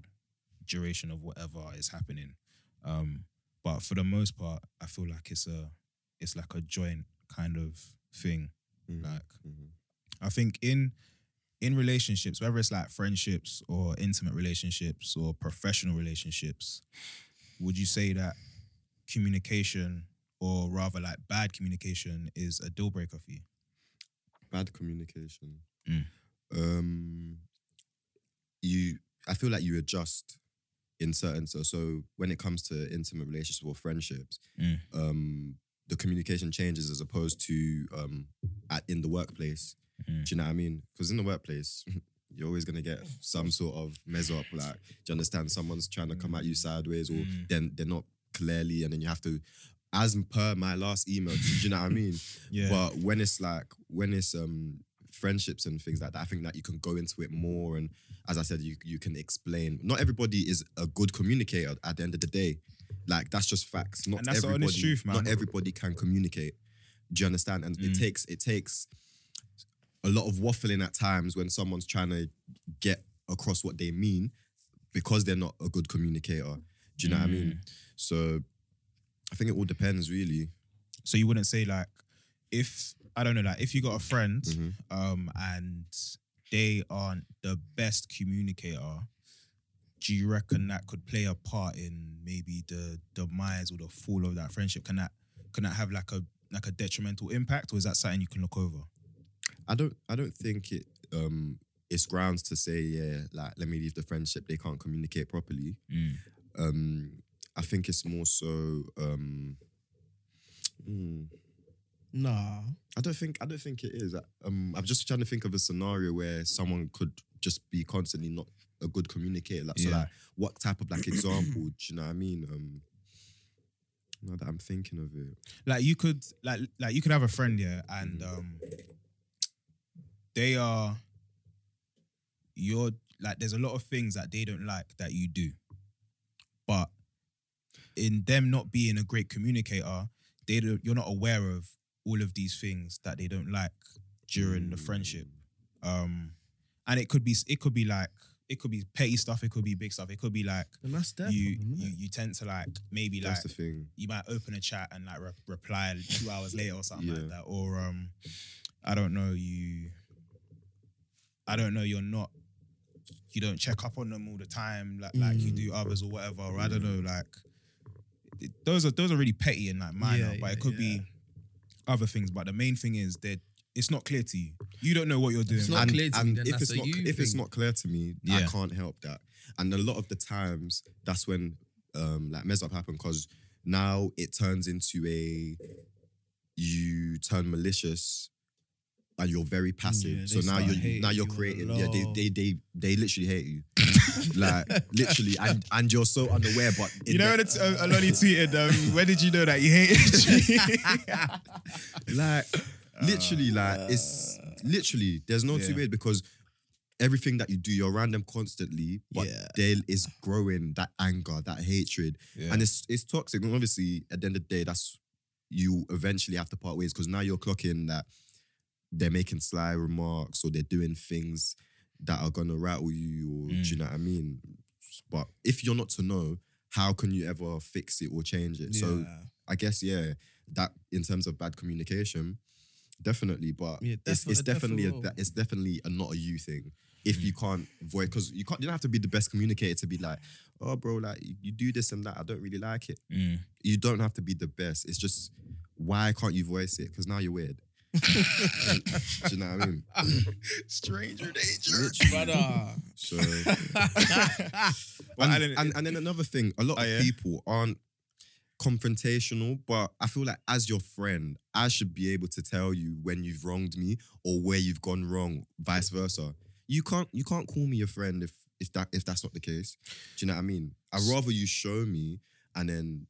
S2: duration of whatever is happening. Um, but for the most part, I feel like it's a it's like a joint kind of thing.
S3: Mhm.
S2: Like
S3: Mhm.
S2: I think in in relationships, whether it's like friendships or intimate relationships or professional relationships, would you say that communication or rather like bad communication is a deal breaker for you?
S3: bad communication.
S2: Mm.
S3: Um, you, I feel like you adjust in certain. So, so when it comes to intimate relationships or friendships,
S2: Mm.
S3: um, the communication changes as opposed to um, at, in the workplace.
S2: Mhm.
S3: Do you know what I mean? Because in the workplace. You're always gonna get some sort of mess up. Like, do you understand? Someone's trying to come at you sideways, or
S2: Mm.
S3: then they're not clearly, and then you have to, as per my last email. Do you know what I mean?
S2: Yeah.
S3: But when it's like when it's um friendships and things like that, I think that you can go into it more and as I said, you you can explain. Not everybody is a good communicator at the end of the day. Like that's just facts. Not
S2: And that's the
S3: everybody,
S2: honest truth, man.
S3: Not everybody can communicate. Do you understand? And it
S2: Mm.
S3: takes it takes a lot of waffling at times when someone's trying to get across what they mean because they're not a good communicator. Do you know what I mean?
S2: Mm.
S3: So I think it all depends really.
S2: so you wouldn't say like if I don't know, like if you got a friend
S3: Mhm.
S2: um and they aren't the best communicator, do you reckon that could play a part in maybe the demise or the fall of that friendship? Can that can that have like a like a detrimental impact, or is that something you can look over?
S3: I don't I don't think it um it's grounds to say, yeah, like let me leave the friendship, they can't communicate properly. Um I think it's more so um hmm,
S4: Nah.
S3: I don't think I don't think it is. I- Um I'm just trying to think of a scenario where someone could just be constantly not a good communicator. Like, So
S2: Yeah.
S3: like what type of like example, do you know what I mean? Um now that I'm thinking of it.
S2: like you could like like you could have a friend yeah and um they are you're like there's a lot of things that they don't like that you do but in them not being a great communicator they don't, you're not aware of all of these things that they don't like during the friendship um and it could be it could be like it could be petty stuff it could be big stuff it could be like
S4: And that's their
S2: you,
S4: problem,
S2: you
S4: innit?
S2: you tend to like maybe like
S3: That's the thing.
S2: you might open a chat and like re- reply two hours later or something
S3: Yeah.
S2: like that. Or um, I don't know, you, I don't know, you're not, you don't check up on them all the time like like you do others or whatever. Or I don't know, like it- those are those are really petty and like minor,
S4: Yeah,
S2: but
S4: yeah,
S2: it could be other things. But the main thing is that it's not clear to you. You don't know what you're doing.
S4: It's not
S3: and,
S4: clear to me,
S3: and
S4: then
S3: if
S4: that's
S3: it's
S4: a
S3: not
S4: you
S3: if it's
S4: thing.
S3: not clear to me, I
S2: Yeah.
S3: can't help that. And a lot of the times, that's when um like mess up happen because now it turns into a you turn malicious and you're very passive.
S4: Yeah, they
S3: so now
S4: start
S3: you're
S4: hating
S3: now you're
S4: you a
S3: creating. Yeah, they,
S4: lot.
S3: they they they literally hate you, like literally, and and you're so unaware. But in
S2: you know,
S3: their-
S2: when it's, uh, Aloni tweeted, um, where did you know that you hated
S3: like literally like it's
S4: Uh,
S3: literally there's no two
S2: Yeah.
S3: ways because everything that you do you're around them constantly but
S4: Yeah.
S3: there is growing that anger that hatred
S2: Yeah.
S3: and it's it's toxic and obviously at the end of the day that's you eventually have to part ways because now you're clocking that they're making sly remarks or they're doing things that are gonna rattle you or do
S4: Mm.
S3: you know what I mean but if you're not to know how can you ever fix it or change it so
S4: Yeah.
S3: I guess yeah, that in terms of bad communication, definitely. But
S4: Yeah,
S3: it's, it's
S4: defi-
S3: definitely Mm. a,
S4: defo.
S3: it's definitely a not a you thing. If you can't voice, because you can't, you don't have to be the best communicator to be like, oh, bro, like you- you do this and that. I don't really like it.
S2: you?
S3: You don't have to be the best. It's just why can't you voice it? Because now you're weird. do you know what I mean?
S2: Stranger
S4: Brother.
S3: So,
S2: But I
S3: and,
S2: didn't-
S3: and, and then another thing, a lot
S2: Oh,
S3: of
S2: yeah?
S3: people aren't confrontational, but I feel like as your friend, I should be able to tell you when you've wronged me or where you've gone wrong, vice versa. You can't you can't call me your friend if if that if that's not the case. Do you know what I mean? I'd rather you show me and then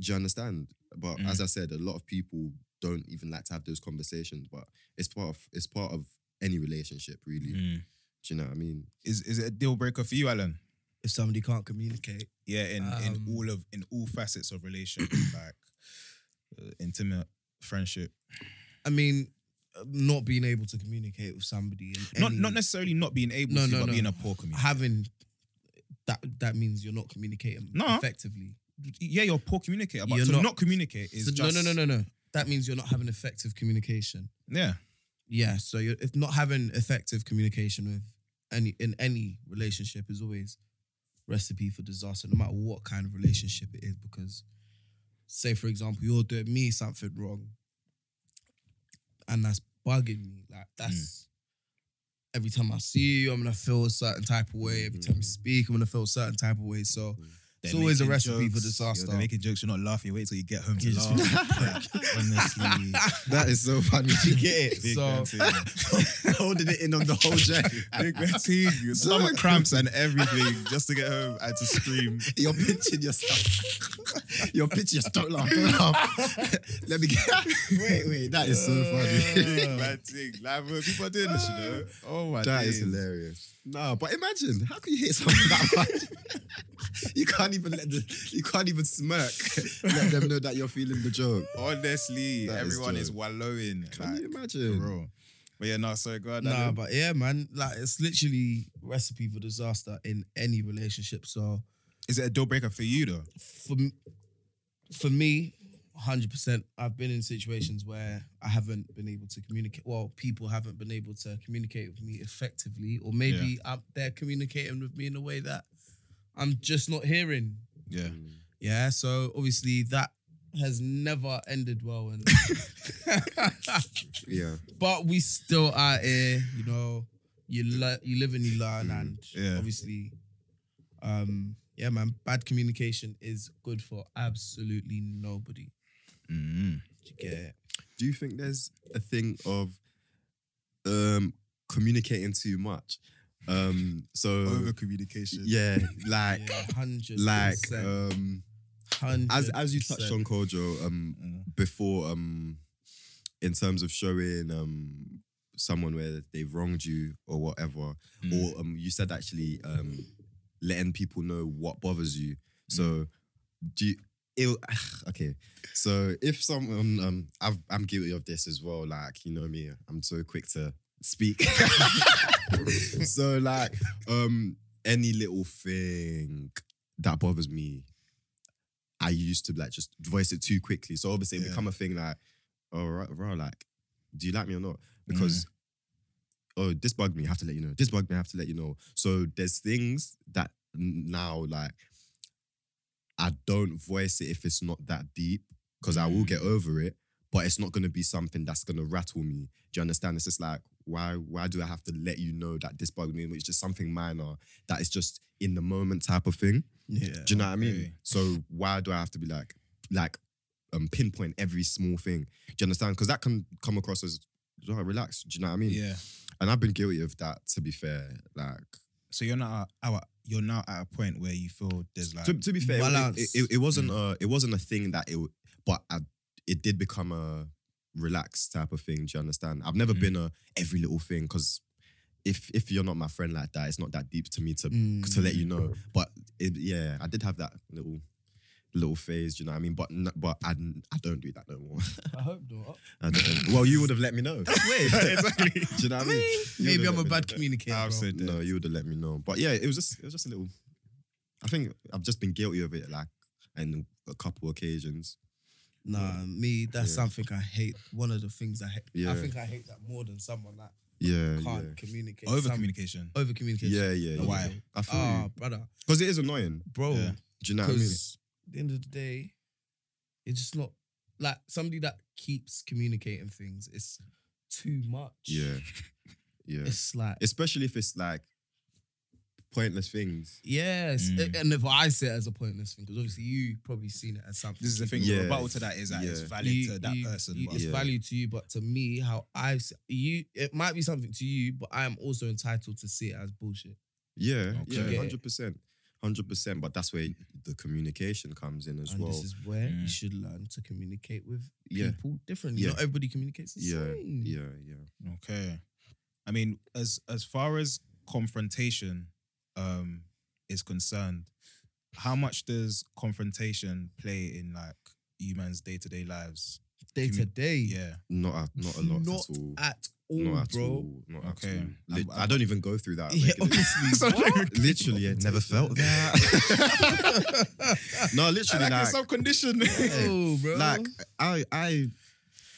S3: do you understand? But
S2: Mm.
S3: as I said, a lot of people don't even like to have those conversations, but it's part of it's part of any relationship, really.
S2: Mm.
S3: Do you know what I mean?
S2: Is is it a deal breaker for you, Alan?
S4: if somebody can't communicate,
S2: Yeah, in in
S4: Um,
S2: all of in all facets of relation, like uh, intimate friendship.
S4: I mean, not being able to communicate with somebody. In
S2: Not
S4: any-
S2: not necessarily not being able
S4: No,
S2: to,
S4: no,
S2: but
S4: no.
S2: being a poor communicator.
S4: having that that means you're not communicating
S2: No.
S4: effectively.
S2: Yeah, you're a poor communicator, but
S4: You're
S2: to
S4: not-
S2: not, communicate is
S4: So
S2: just
S4: no, no, no, no, no. That means you're not having effective communication.
S2: Yeah,
S4: Yeah. So you're if not having effective communication with any in any relationship is always recipe for disaster, no matter what kind of relationship it is. Because, say for example, you're doing me something wrong, and that's bugging me. Like that's. Every time I see you, I'm gonna feel a certain type of way. Every time you speak, I'm gonna feel a certain type of way. So it's
S2: They're
S4: always a
S2: making
S4: recipe for
S2: jokes.
S4: disaster.
S2: You're making jokes, you're not laughing. Wait till you get home to
S4: You just-
S2: laugh. you prick. Honestly,
S3: That is so funny.
S4: you get it?
S2: big
S4: so
S2: man to you.
S3: Holding it in on the whole journey.
S2: Big man to you. Stomach cramps and everything just to get home and to scream.
S3: You're pitching yourself. You're pitching yourself. Don't laugh. Don't laugh. Let me get. Wait, wait. That is so funny.
S2: Big man thing. Like, bro, people are doing this, you know. Oh my
S3: That is
S2: days.
S3: hilarious. No, but imagine how can you hate someone that much? you can't even let the, you can't even smirk. Let them know that you're feeling the joke.
S2: Honestly,
S3: That is
S2: everyone is,
S3: joke.
S2: wallowing.
S3: Can
S2: like,
S3: you imagine?
S2: bro. But yeah, no, sorry, go ahead.
S4: Nah,
S2: Adam.
S4: but yeah, man, like it's literally recipe for disaster in any relationship. So
S2: is it a deal breaker for you though?
S4: for m- for me, hundred percent, I've been in situations where I haven't been able to communicate. Well, people haven't been able to communicate with me effectively, or maybe I'm, they're communicating with me in a way that I'm just not hearing.
S2: Yeah.
S4: Yeah, so obviously that has never ended well, and
S3: Yeah.
S4: but we still out here, you know. You le- you live and you learn,
S3: Mm,
S4: and
S2: yeah.
S4: obviously, um, yeah, man. Bad communication is good for absolutely nobody.
S2: Mm.
S4: Do you get it?
S3: Do you think there's a thing of um communicating too much? Um so
S2: Over communication.
S3: yeah, like
S4: Yeah, hundred,
S3: like um
S4: hundred.
S3: as as you touched on Kojo um
S2: Mm.
S3: before um in terms of showing um someone where they've wronged you or whatever
S2: Mm.
S3: or um you said actually um letting people know what bothers you
S2: Mm.
S3: so do you it, okay so if someone um I've, i'm guilty of this as well like you know me i'm so quick to speak so like um any little thing that bothers me i used to like just voice it too quickly so obviously it
S2: Yeah.
S3: become a thing like oh right bro like do you like me or not because oh this bugged me i have to let you know this bugged me i have to let you know so there's things that n- now like i don't voice it if it's not that deep because i will get over it but it's not going to be something that's going to rattle me do you understand it's just like why why do i have to let you know that this bugged me it's just something minor that is just in the moment type of thing
S2: Yeah.
S3: do you know what I mean?
S2: okay.
S3: So why do I have to be like, like, um, pinpoint every small thing? Do you understand? Because that can come across as, oh, relax. Do you know what I mean?
S2: Yeah.
S3: And I've been guilty of that. To be fair, like,
S2: So you're not at, our- you're now at a point where you feel there's like Mm.
S3: to, to be fair, it-
S4: balance.
S3: it, it, it wasn't a it wasn't a thing that it, w- but I, it did become a relaxed type of thing. Do you understand? I've never
S2: Mm.
S3: been a every little thing because. If, if you're not my friend like that, it's not that deep to me to
S4: Mm.
S3: to let you know. But it, yeah, I did have that little little phase. Do you know what I mean? But n- but I, n- I don't do that no more.
S4: I hope not.
S3: I don't, well, you would have let me know. That's weird. exactly. Do you know what I mean? You
S4: Maybe
S3: would've
S4: I'm a
S3: let me
S4: bad
S3: know.
S4: communicator.
S2: I've
S4: bro.
S2: said that.
S3: No, you would have let me know. But yeah, it was just it was just a little. I think I've just been guilty of it, like, in a couple occasions.
S4: Nah, me, that's
S3: Yeah.
S4: something I hate. One of the things I hate. I
S3: Yeah.
S4: think I hate that more than someone that
S3: Yeah, yeah,
S4: can't communicate.
S2: over communication.
S4: Over communication.
S3: yeah, yeah. yeah.
S2: Why?
S3: I feel
S4: Ah, brother,
S3: because it is annoying.
S4: bro.
S2: Yeah.
S3: Do you know what I mean?
S4: Because at the end of the day, it's just not like somebody that keeps communicating things. It's too much.
S3: Yeah, yeah.
S4: It's like
S3: Especially if it's like pointless things.
S4: yes,
S2: Mm.
S4: A- and if I see it as a pointless thing, because obviously you probably seen it as something.
S2: This is the thing.
S3: Yeah.
S2: The rebuttal to that is that it's
S3: Yeah.
S2: valid
S4: You-
S2: to that
S4: you-
S2: person.
S4: you-
S2: but-
S4: it's
S3: Yeah.
S4: value to you, but to me, how I've se- you, it might be something to you, but I am also entitled to see it as bullshit.
S3: Yeah,
S2: Okay.
S4: Yeah.
S3: yeah, hundred percent, hundred percent. But that's where the communication comes in as
S4: and
S3: well.
S4: this is where you
S2: Mm.
S4: should learn to communicate with
S3: Yeah.
S4: people differently.
S3: Yeah.
S4: Not everybody communicates the
S3: yeah,
S4: same.
S3: yeah, yeah.
S2: Okay. I mean, as as far as confrontation um is concerned, how much does confrontation play in like you man's day to day lives?
S4: day to
S2: commu-
S4: day.
S2: Yeah.
S3: Not a, not a lot at
S4: Not
S3: all.
S4: at all,
S3: not at
S4: bro.
S3: all. Not
S2: Okay.
S3: at all. Lit-
S2: I'm-
S3: I don't even go through that.
S4: Yeah,
S3: regularly.
S2: So
S4: honestly. what?
S2: like-
S3: literally, I never felt that. no, literally,
S2: like, Mm,
S3: like,
S2: it's some condition.
S3: Oh,
S4: No, bro.
S3: like I, I,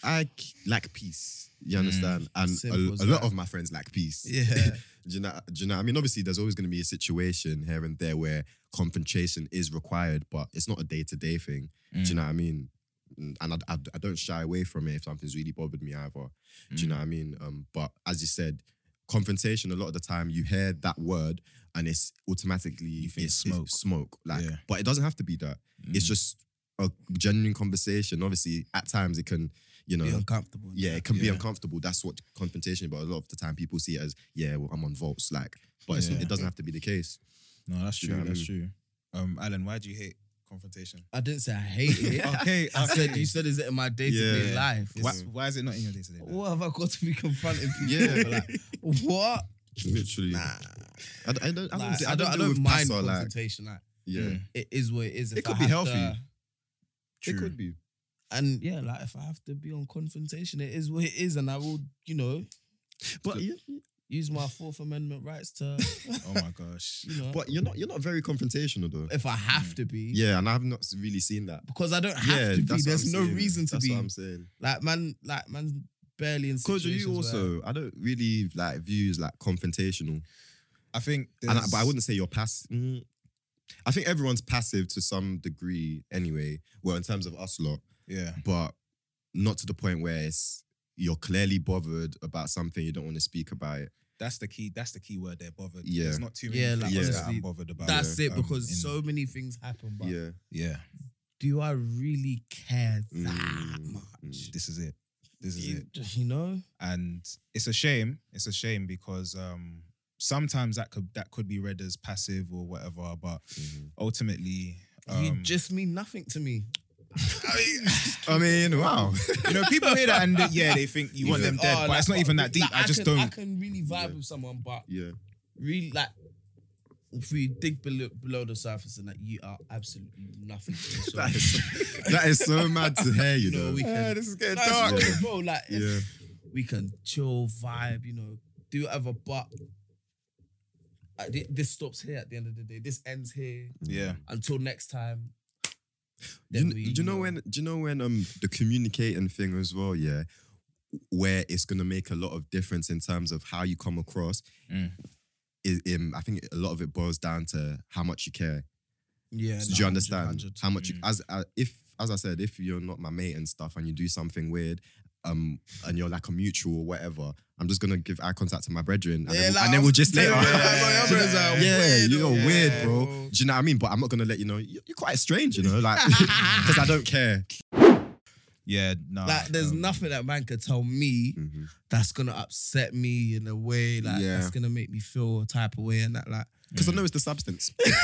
S3: I c- lack peace. You
S2: Mm.
S3: understand?
S4: Simple
S3: And
S4: as
S3: a, a lot
S4: that.
S3: of my friends lack peace.
S4: yeah.
S3: do you know? Do you know? I mean, obviously, there's always going to be a situation here and there where confrontation is required, but it's not a day to day thing.
S2: Mm.
S3: Do you know what I mean? Mm, And I, I, I don't shy away from it if something's really bothered me
S2: mm,
S3: either. Do you know what I mean? Um, but as you said, confrontation. A lot of the time, you hear that word and it's automatically
S2: think
S3: it's,
S2: smoke.
S3: it's smoke. Like,
S2: Yeah.
S3: but it doesn't have to be that.
S2: mm.
S3: It's just a genuine conversation. Obviously, at times it can, you know,
S4: Be uncomfortable.
S3: yeah, it can be
S2: Yeah.
S3: uncomfortable. That's what confrontation. But a lot of the time, people see it as, yeah, well, I'm on volts, like, but it's,
S2: Yeah.
S3: it doesn't have to be the case.
S2: No, that's
S3: You know
S2: true.
S3: what I
S2: That's true. Um, Alan, why do you hate confrontation?
S4: I didn't say I hate it.
S2: Okay,
S4: I said
S2: okay.
S4: you said is it in my day to day
S3: Yeah.
S4: life?
S2: Why,
S4: It's-
S2: why is it not in your day today?
S4: What have I got to be confronting people?
S3: Yeah.
S4: for? Like, what?
S3: Literally,
S4: Nah.
S3: I, don't- I don't, I don't,
S4: Like,
S3: I don't, deal with
S4: mind
S3: passer, like,
S4: confrontation. Like,
S3: yeah,
S2: Mm.
S4: it is what it is. If
S3: It
S4: I
S3: could be
S4: have
S3: healthy. it
S4: to-
S2: True.
S3: could be.
S4: and yeah, like if I have to be on confrontation, it is what it is, and I will, you know,
S3: But you,
S4: use my Fourth Amendment rights to,
S2: Oh my gosh.
S4: you know,
S3: but you're not, you're not very confrontational though.
S4: if I
S3: Mm.
S4: have to be,
S3: Yeah, and I've not really seen that.
S4: because I don't have
S3: yeah,
S4: to be.
S3: that's what
S4: There's
S3: I'm
S4: no
S3: saying.
S4: reason to
S3: that's
S4: be.
S3: What I'm saying.
S4: Like man, like man's barely in.
S3: Because you
S4: situations where-
S3: also, I don't really like views like confrontational,
S2: I think.
S3: and I,
S2: there's-
S3: but I wouldn't say you're passive. I think everyone's passive to some degree, anyway. Well, in terms of us lot,
S2: Yeah.
S3: but not to the point where it's you're clearly bothered about something you don't want to speak about it.
S2: That's the key. That's the key word. They're bothered.
S3: Yeah.
S2: There's not too many
S4: Yeah,
S2: yeah,
S4: like,
S2: things that
S4: honestly,
S2: I'm bothered about.
S4: That's it
S2: um,
S4: because
S2: in-
S4: so many things happen. But
S3: yeah.
S2: Yeah.
S4: do I really care that
S3: Mm,
S4: much?
S3: mm.
S2: This is it. This is it.
S4: You, you know,
S2: and it's a shame. It's a shame because um, sometimes that could that could be read as passive or whatever, but
S3: Mhm.
S2: ultimately,
S4: you
S2: um,
S4: just mean nothing to me.
S3: I mean, wow.
S2: you know people hear that and they- yeah, they think you want them
S4: think,
S2: dead,
S4: oh,
S2: but
S4: like,
S2: it's not even that deep.
S4: like,
S2: I just
S4: can, I
S2: don't.
S4: can really vibe
S3: Yeah.
S4: with someone, but
S3: yeah.
S4: really, like, if we dig below, below the surface, and that you are absolutely nothing. To me, so,
S3: That is, that is so mad to hear, you
S4: No,
S3: know.
S4: we can-
S3: Ah, this is getting
S4: Like,
S3: Yeah.
S4: bro, like, if
S3: Yeah.
S4: we can chill, vibe, you know, do whatever, but. I- thi- This stops here at the end of the day. This ends here.
S2: Yeah,
S4: Until next time.
S3: You,
S4: then
S3: kn-
S4: we,
S3: do you know when do you know when um the communicating thing as well, yeah, where it's gonna make a lot of difference in terms of how you come across.
S2: Mm.
S3: Is um, I think a lot of it boils down to how much you care.
S4: Yeah.
S3: So
S4: nah,
S3: do you understand
S4: 100.
S3: how much you,
S2: Mm.
S3: as uh, if as I said, if you're not my mate and stuff, and you do something weird, um, and you're like a mutual or whatever, I'm just gonna give eye contact to my brethren, and,
S4: Yeah,
S3: then, we'll,
S4: like,
S3: and then we'll just let.
S4: Yeah,
S2: yeah,
S3: Do you
S2: yeah, yeah,
S3: know- yeah,
S4: weird,
S3: you're
S4: yeah,
S3: weird, bro.
S4: bro.
S3: Do you know what I mean? But I'm not gonna let you know. You're, you're quite strange, you know, like because I don't care.
S2: yeah,
S3: Ah,
S2: um, no.
S4: Like, there's
S3: um,
S4: nothing that man could tell me
S3: Mhm.
S4: that's gonna upset me in a way, like
S3: Yeah.
S4: that's gonna make me feel a type of way and that, like.
S3: Because I know it's the substance.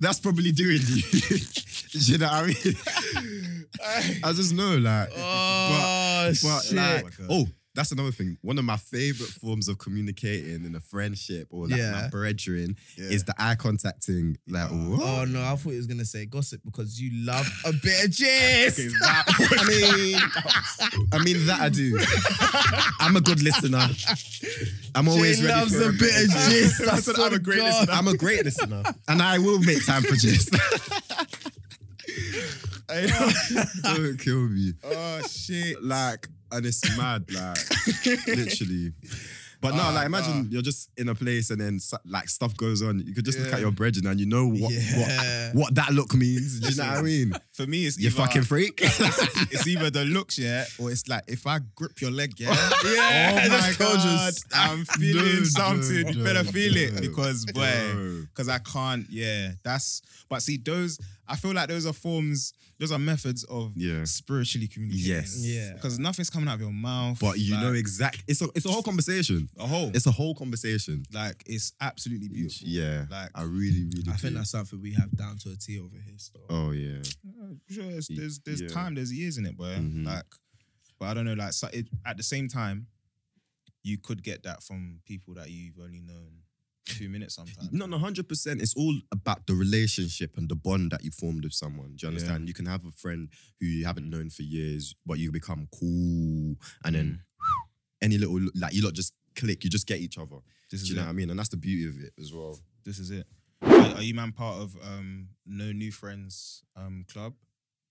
S3: That's probably doing you. Do you know what I mean? I just know, like,
S4: Oh
S3: but
S4: shit!
S3: like,
S2: Oh my God.
S3: oh, that's another thing. One of my favorite forms of communicating in a friendship or like
S4: Yeah.
S3: my brethren is the eye contacting. Like, what?
S4: oh no, I thought he was gonna say gossip because you love a bit of jizz.
S3: I mean, I mean that I do. I'm a good listener. I'm always
S4: Jay
S3: ready
S4: loves
S3: for
S4: a bit of
S3: gist.
S4: gist, I swear
S3: I'm a
S4: to
S3: great
S4: God.
S3: listener. I'm a great listener, and I will make time for gist. I don't- don't kill me.
S2: Oh shit!
S3: Like, and it's mad. Like, literally. But no,
S2: Ah,
S3: like imagine
S2: ah.
S3: you're just in a place and then s- like stuff goes on. You could just look
S2: Yeah.
S3: at your brethren and you know what
S4: Yeah.
S3: what, what that look means. Do you know what I mean?
S2: For me, it's
S3: You
S2: either-
S3: fucking freak.
S2: It's either the looks, yeah, or it's like if I grip your leg, yeah.
S4: Yeah,
S2: oh my
S4: that's
S2: god,
S4: gorgeous.
S2: I'm feeling
S3: No,
S2: something.
S3: no,
S2: Better
S3: no,
S2: feel it
S3: no,
S2: because boy,
S3: no.
S2: because I can't. Yeah, that's. But see, those I feel like those are forms. Those are methods of
S3: Yeah.
S2: spiritually communicating.
S3: Yes.
S4: Yeah.
S2: because nothing's coming out of your mouth.
S3: But you
S2: like,
S3: know exact. It's a it's a whole conversation.
S2: a whole.
S3: It's a whole conversation.
S2: like it's absolutely beautiful.
S3: Yeah,
S2: Like-
S3: I really really.
S4: I
S3: do.
S4: think that's something we have down to a T over here. So.
S3: Oh yeah.
S2: Sure, it's, there's there's
S3: Yeah.
S2: time, there's years in it, boy.
S3: Mhm.
S2: Like, but I don't know. Like, so it, at the same time, you could get that from people that you've only known two minutes sometimes.
S3: No, no, hundred percent. It's all about the relationship and the bond that you formed with someone. Do you understand? You can have a friend who you haven't known for years, but you become cool, and then
S2: Mm.
S3: any little like you lot just click. You just get each other.
S2: This
S3: Do
S2: is
S3: you know
S2: it.
S3: what I mean? And that's the beauty of it as well.
S2: This is it. Are, are you man part of um no new friends um club?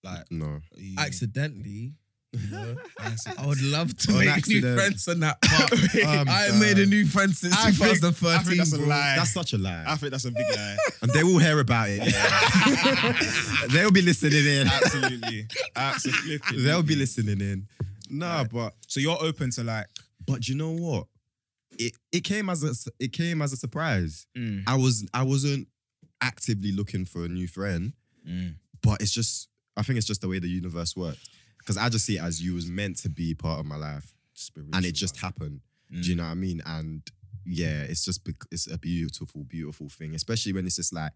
S2: Like
S3: No,
S2: are you,
S4: Accidentally, you know,
S2: Accident.
S4: I would love to
S3: On
S4: make new
S3: accident.
S4: friends on that. But
S3: Um,
S4: I ain't made a new friend since
S2: I think-
S4: 2013.
S2: I think that's a
S4: bro.
S2: lie.
S3: that's such a lie.
S2: I think that's a big lie.
S3: and they will hear about it. They'll be listening in.
S2: Absolutely, absolutely.
S3: They'll be listening in. Nah, but
S2: So you're open to like.
S3: but you know what? It it came as a it came as a surprise.
S2: Mm,
S3: I was I wasn't actively looking for a new friend,
S2: mm.
S3: but it's just I think it's just the way the universe worked. Because I just see it as you was meant to be part of my life, and it just happened.
S4: Mm.
S3: Do you know what I mean? And yeah, it's just bec- it's a beautiful, beautiful thing, especially when it's just like,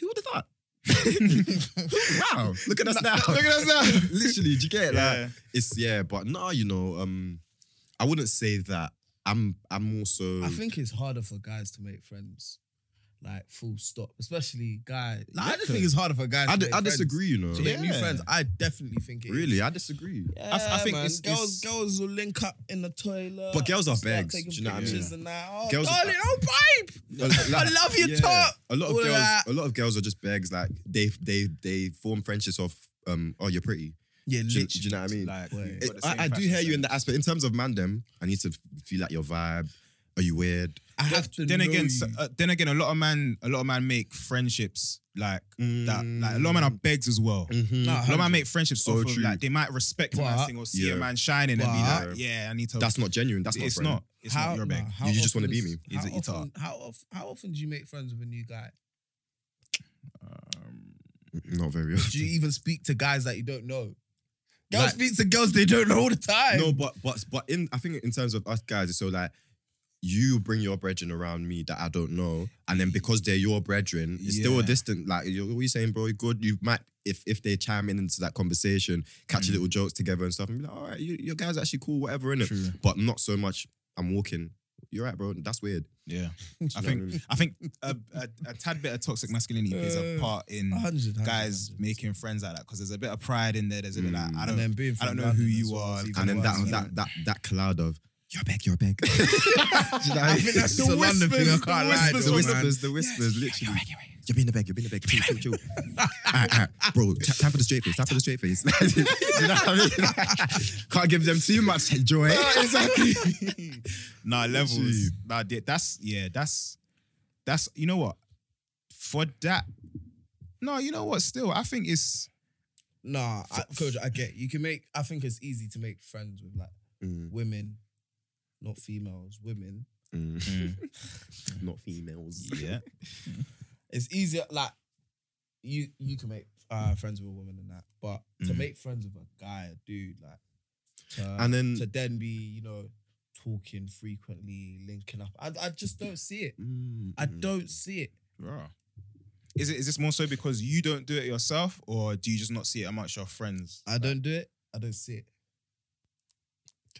S3: who would have thought? wow, look at us now!
S2: Look at us now.
S3: Literally, do you get it? Like,
S2: Yeah.
S3: it's yeah, but no, you know, um, I wouldn't say that. I'm I'm also
S4: I think it's harder for guys to make friends. Like full stop, especially guys. I just
S3: Reckon?
S4: think it's harder for guys.
S3: I,
S4: to
S3: di-
S4: make
S3: I
S4: friends.
S3: disagree, you know.
S4: To make new
S2: Yeah.
S4: friends, I definitely think it is.
S3: Really, I disagree.
S4: Yeah,
S2: I think
S4: man.
S2: it's-
S4: girls,
S2: it's-
S4: girls will link up in the toilet.
S3: But girls are
S4: start
S3: begs,
S4: taking
S3: do you know what I
S4: pictures
S3: mean?
S4: And that. Oh,
S3: Girls are-
S4: darling, oh, babe. I love your top.
S3: A lot of
S4: All of
S3: girls,
S4: that.
S3: a lot of girls are just begs. Like they, they, they form friendships off. Um, oh, you're pretty.
S4: Yeah,
S3: Do, you- do you know what I mean?
S2: Like,
S4: Wait.
S2: you've got the
S3: I,
S2: same
S3: I do
S2: fashion
S3: hear you in
S2: sense.
S3: that aspect. In terms of man, them, I need to feel like your vibe. Are you weird?
S4: I have to.
S2: Then
S4: know
S2: again,
S4: you.
S2: so- uh, then again, a lot of man, a lot of man make friendships like that. Like a lot of men are begs as well.
S3: Mm-hmm.
S4: Nah,
S2: A lot of men make friendships
S3: Mm. So
S2: off of
S3: true.
S2: like they might respect a
S4: But-
S2: man thing or see
S3: Yeah.
S2: a man shining and be
S3: But-
S2: like, yeah, I need to.
S3: That's not genuine. That's not.
S2: it's
S3: friend.
S2: not. It's not your bag.
S4: nah, how
S3: You just
S4: often
S3: wanna be
S4: is-
S3: me.
S2: He's
S4: how
S2: a eater.
S4: often- How of- how often do you make friends with a new guy?
S3: Not very. often.
S4: Do you even speak to guys that you don't know? Girls
S3: Like-
S4: speak to girls they don't know all the time.
S3: No, but but but in I think in terms of us guys, it's so like you bring your brethren around me that I don't know, and then because they're your brethren, it's still a
S2: Yeah.
S3: distant. Like you're what are you saying, bro? You're Good. You might if if they chime in into that conversation, catch
S2: Mm.
S3: your little jokes together and stuff, and be like, all right, you, your guys actually cool, whatever, innit?
S2: True.
S3: But not so much. I'm walking. You're right, bro. That's weird.
S2: Yeah, I
S3: know
S2: think
S3: what I mean?
S2: I think a, a, a tad bit of toxic masculinity plays a
S4: Uh,
S2: part in
S4: 100, 100,
S2: guys
S4: 100.
S2: making friends like that because there's a bit of pride in there. There's a bit like I
S4: And
S2: don't,
S4: then being
S2: I
S4: from
S2: don't know
S4: London
S2: who
S4: as
S2: you
S4: well
S2: are,
S4: is even
S3: And then that
S4: worse,
S3: that that that cloud of you're back, you're back.
S4: I think
S2: The
S4: that's just a London thing. I
S2: whispers,
S4: can't
S2: the
S4: lie.
S2: whispers
S4: though,
S3: the
S2: from
S4: man.
S3: whispers, the whispers, literally. You're being the bag, you're being the bag. Chill, chill, chill. all right, all right. Bro, t- time for the straight face, time for the straight face. Do you know what I mean? Can't give them too much joy. exactly.
S2: nah levels.
S3: Literally.
S2: Nah, di- that's yeah, that's that's you know what for that. No, you know what? Still, I think it's
S4: Nah, I, coach, I get you can make. I think it's easy to make friends with like women, not females. Women.
S3: Mm.
S4: Mm.
S3: Not females.
S2: yeah.
S4: It's easier. Like you, you can make uh, friends with a woman and that, but
S2: Mm.
S4: to make friends with a guy, dude, like to,
S3: And then-
S4: to then be, you know, talking frequently, linking up. I, I just don't see it.
S3: mm,
S4: I
S2: Mm.
S4: don't see it.
S2: Is it is this more so because you don't do it yourself, or do you just not see it amongst your friends?
S4: I don't do it. I don't see it.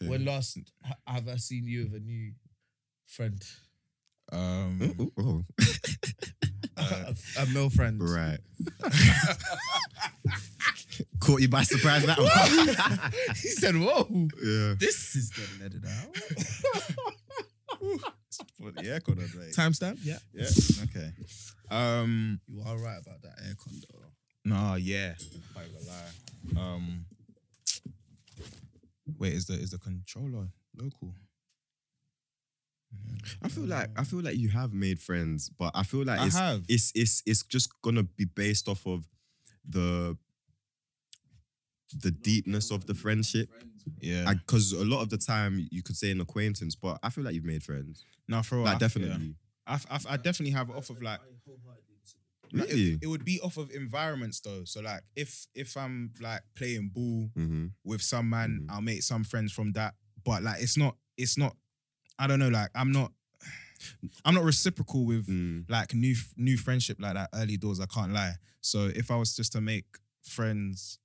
S4: When last ha- have I seen you with a new friend,
S2: Um,
S3: Ooh, ooh, oh.
S2: Uh,
S4: a male friend?
S3: Right. Caught you by surprise that one.
S4: he said, "Whoa."
S3: yeah.
S4: This is getting edited out.
S2: for the aircon, I'd like.
S4: Timestamp? Yeah.
S2: Yeah. Okay. Um.
S4: You are right about that aircon though.
S2: No. Yeah. I ain't gonna lie. Um. Wait. Is the is the controller local?
S3: I feel like I feel like you have made friends, but I feel like
S2: I
S3: it's,
S2: have.
S3: it's it's it's just gonna be based off of the the deepness of the friendship.
S2: Yeah.
S3: Because a lot of the time you could say an acquaintance, but I feel like you've made friends.
S2: no. For real,
S3: Like
S2: I- yeah.
S3: definitely,
S2: I, f- I, f- I definitely have off of like Like,
S3: really.
S2: it would be off of environments though. So like if if I'm like playing ball
S3: Mm-hmm.
S2: with some man,
S3: Mhm.
S2: I'll make some friends from that. But like it's not it's not I don't know like I'm not I'm not reciprocal with
S3: Mm.
S2: like new new friendship like that early doors. I can't lie. So if I was just to make friends,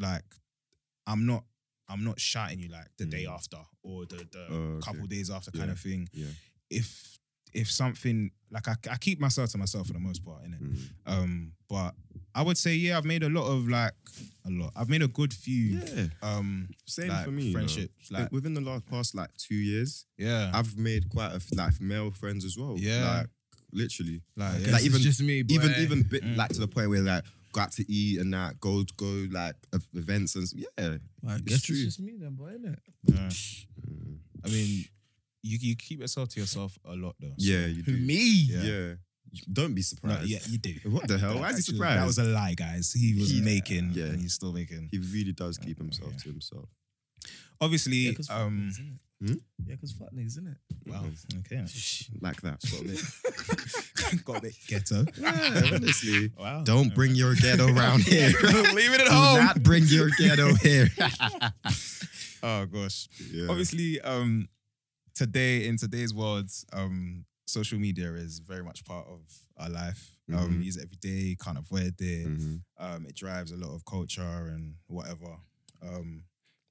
S2: like I'm not I'm not shouting you like the day
S3: Mm.
S2: after or the, the
S3: Oh, okay.
S2: couple days after kind
S3: Yeah,
S2: of thing.
S3: yeah.
S2: If if something like I, I keep myself to myself for the most part,
S3: Mm.
S2: innit? Um, but I would say, yeah, I've made a lot of like a lot. I've made a good few
S3: Yeah.
S2: um
S3: Same
S2: like,
S3: for me. you know.
S2: friendships.
S3: Like,
S2: Like
S3: within the last past like two years,
S2: yeah.
S3: I've made quite a f- like male friends as well.
S2: Yeah.
S3: Like literally.
S2: like,
S3: Like,
S2: yeah.
S4: This is
S3: even-
S4: just me, boy.
S3: Even even bit,
S2: Mm.
S3: like to the point where like go out to eat and that go go like ev- events and s- yeah.
S4: I
S3: it's
S4: guess it's,
S3: true.
S4: just me then, boy, innit?
S2: yeah. I mean, you you keep yourself to yourself a lot though.
S3: Yeah, you do.
S4: Me?
S3: Yeah. You- Don't be
S2: No,
S3: surprised.
S2: yeah, you do.
S3: What the hell?
S2: That
S3: Why is he
S2: actually-
S3: surprised?
S2: That was a lie, guys. He was
S3: Yeah.
S2: making,
S3: Yeah.
S2: and he's still making.
S3: he really does keep himself to himself.
S4: Yeah,
S2: Obviously,
S4: because
S2: um,
S3: Hmm?
S4: yeah, cause fuck niggas, innit?
S2: wow, okay,
S3: Like that. sort of thing.
S2: got a bit ghetto.
S3: yeah, honestly.
S2: Wow,
S3: Don't bring your ghetto around here.
S2: leave it at
S3: Do
S2: home.
S3: not bring your ghetto here.
S2: Oh gosh,
S3: Yeah.
S2: obviously, um, today in today's world, um, social media is very much part of our life. Um,
S3: Mhm.
S2: we use it every day, can't avoid it.
S3: Mhm.
S2: Um, it drives a lot of culture and whatever. Um,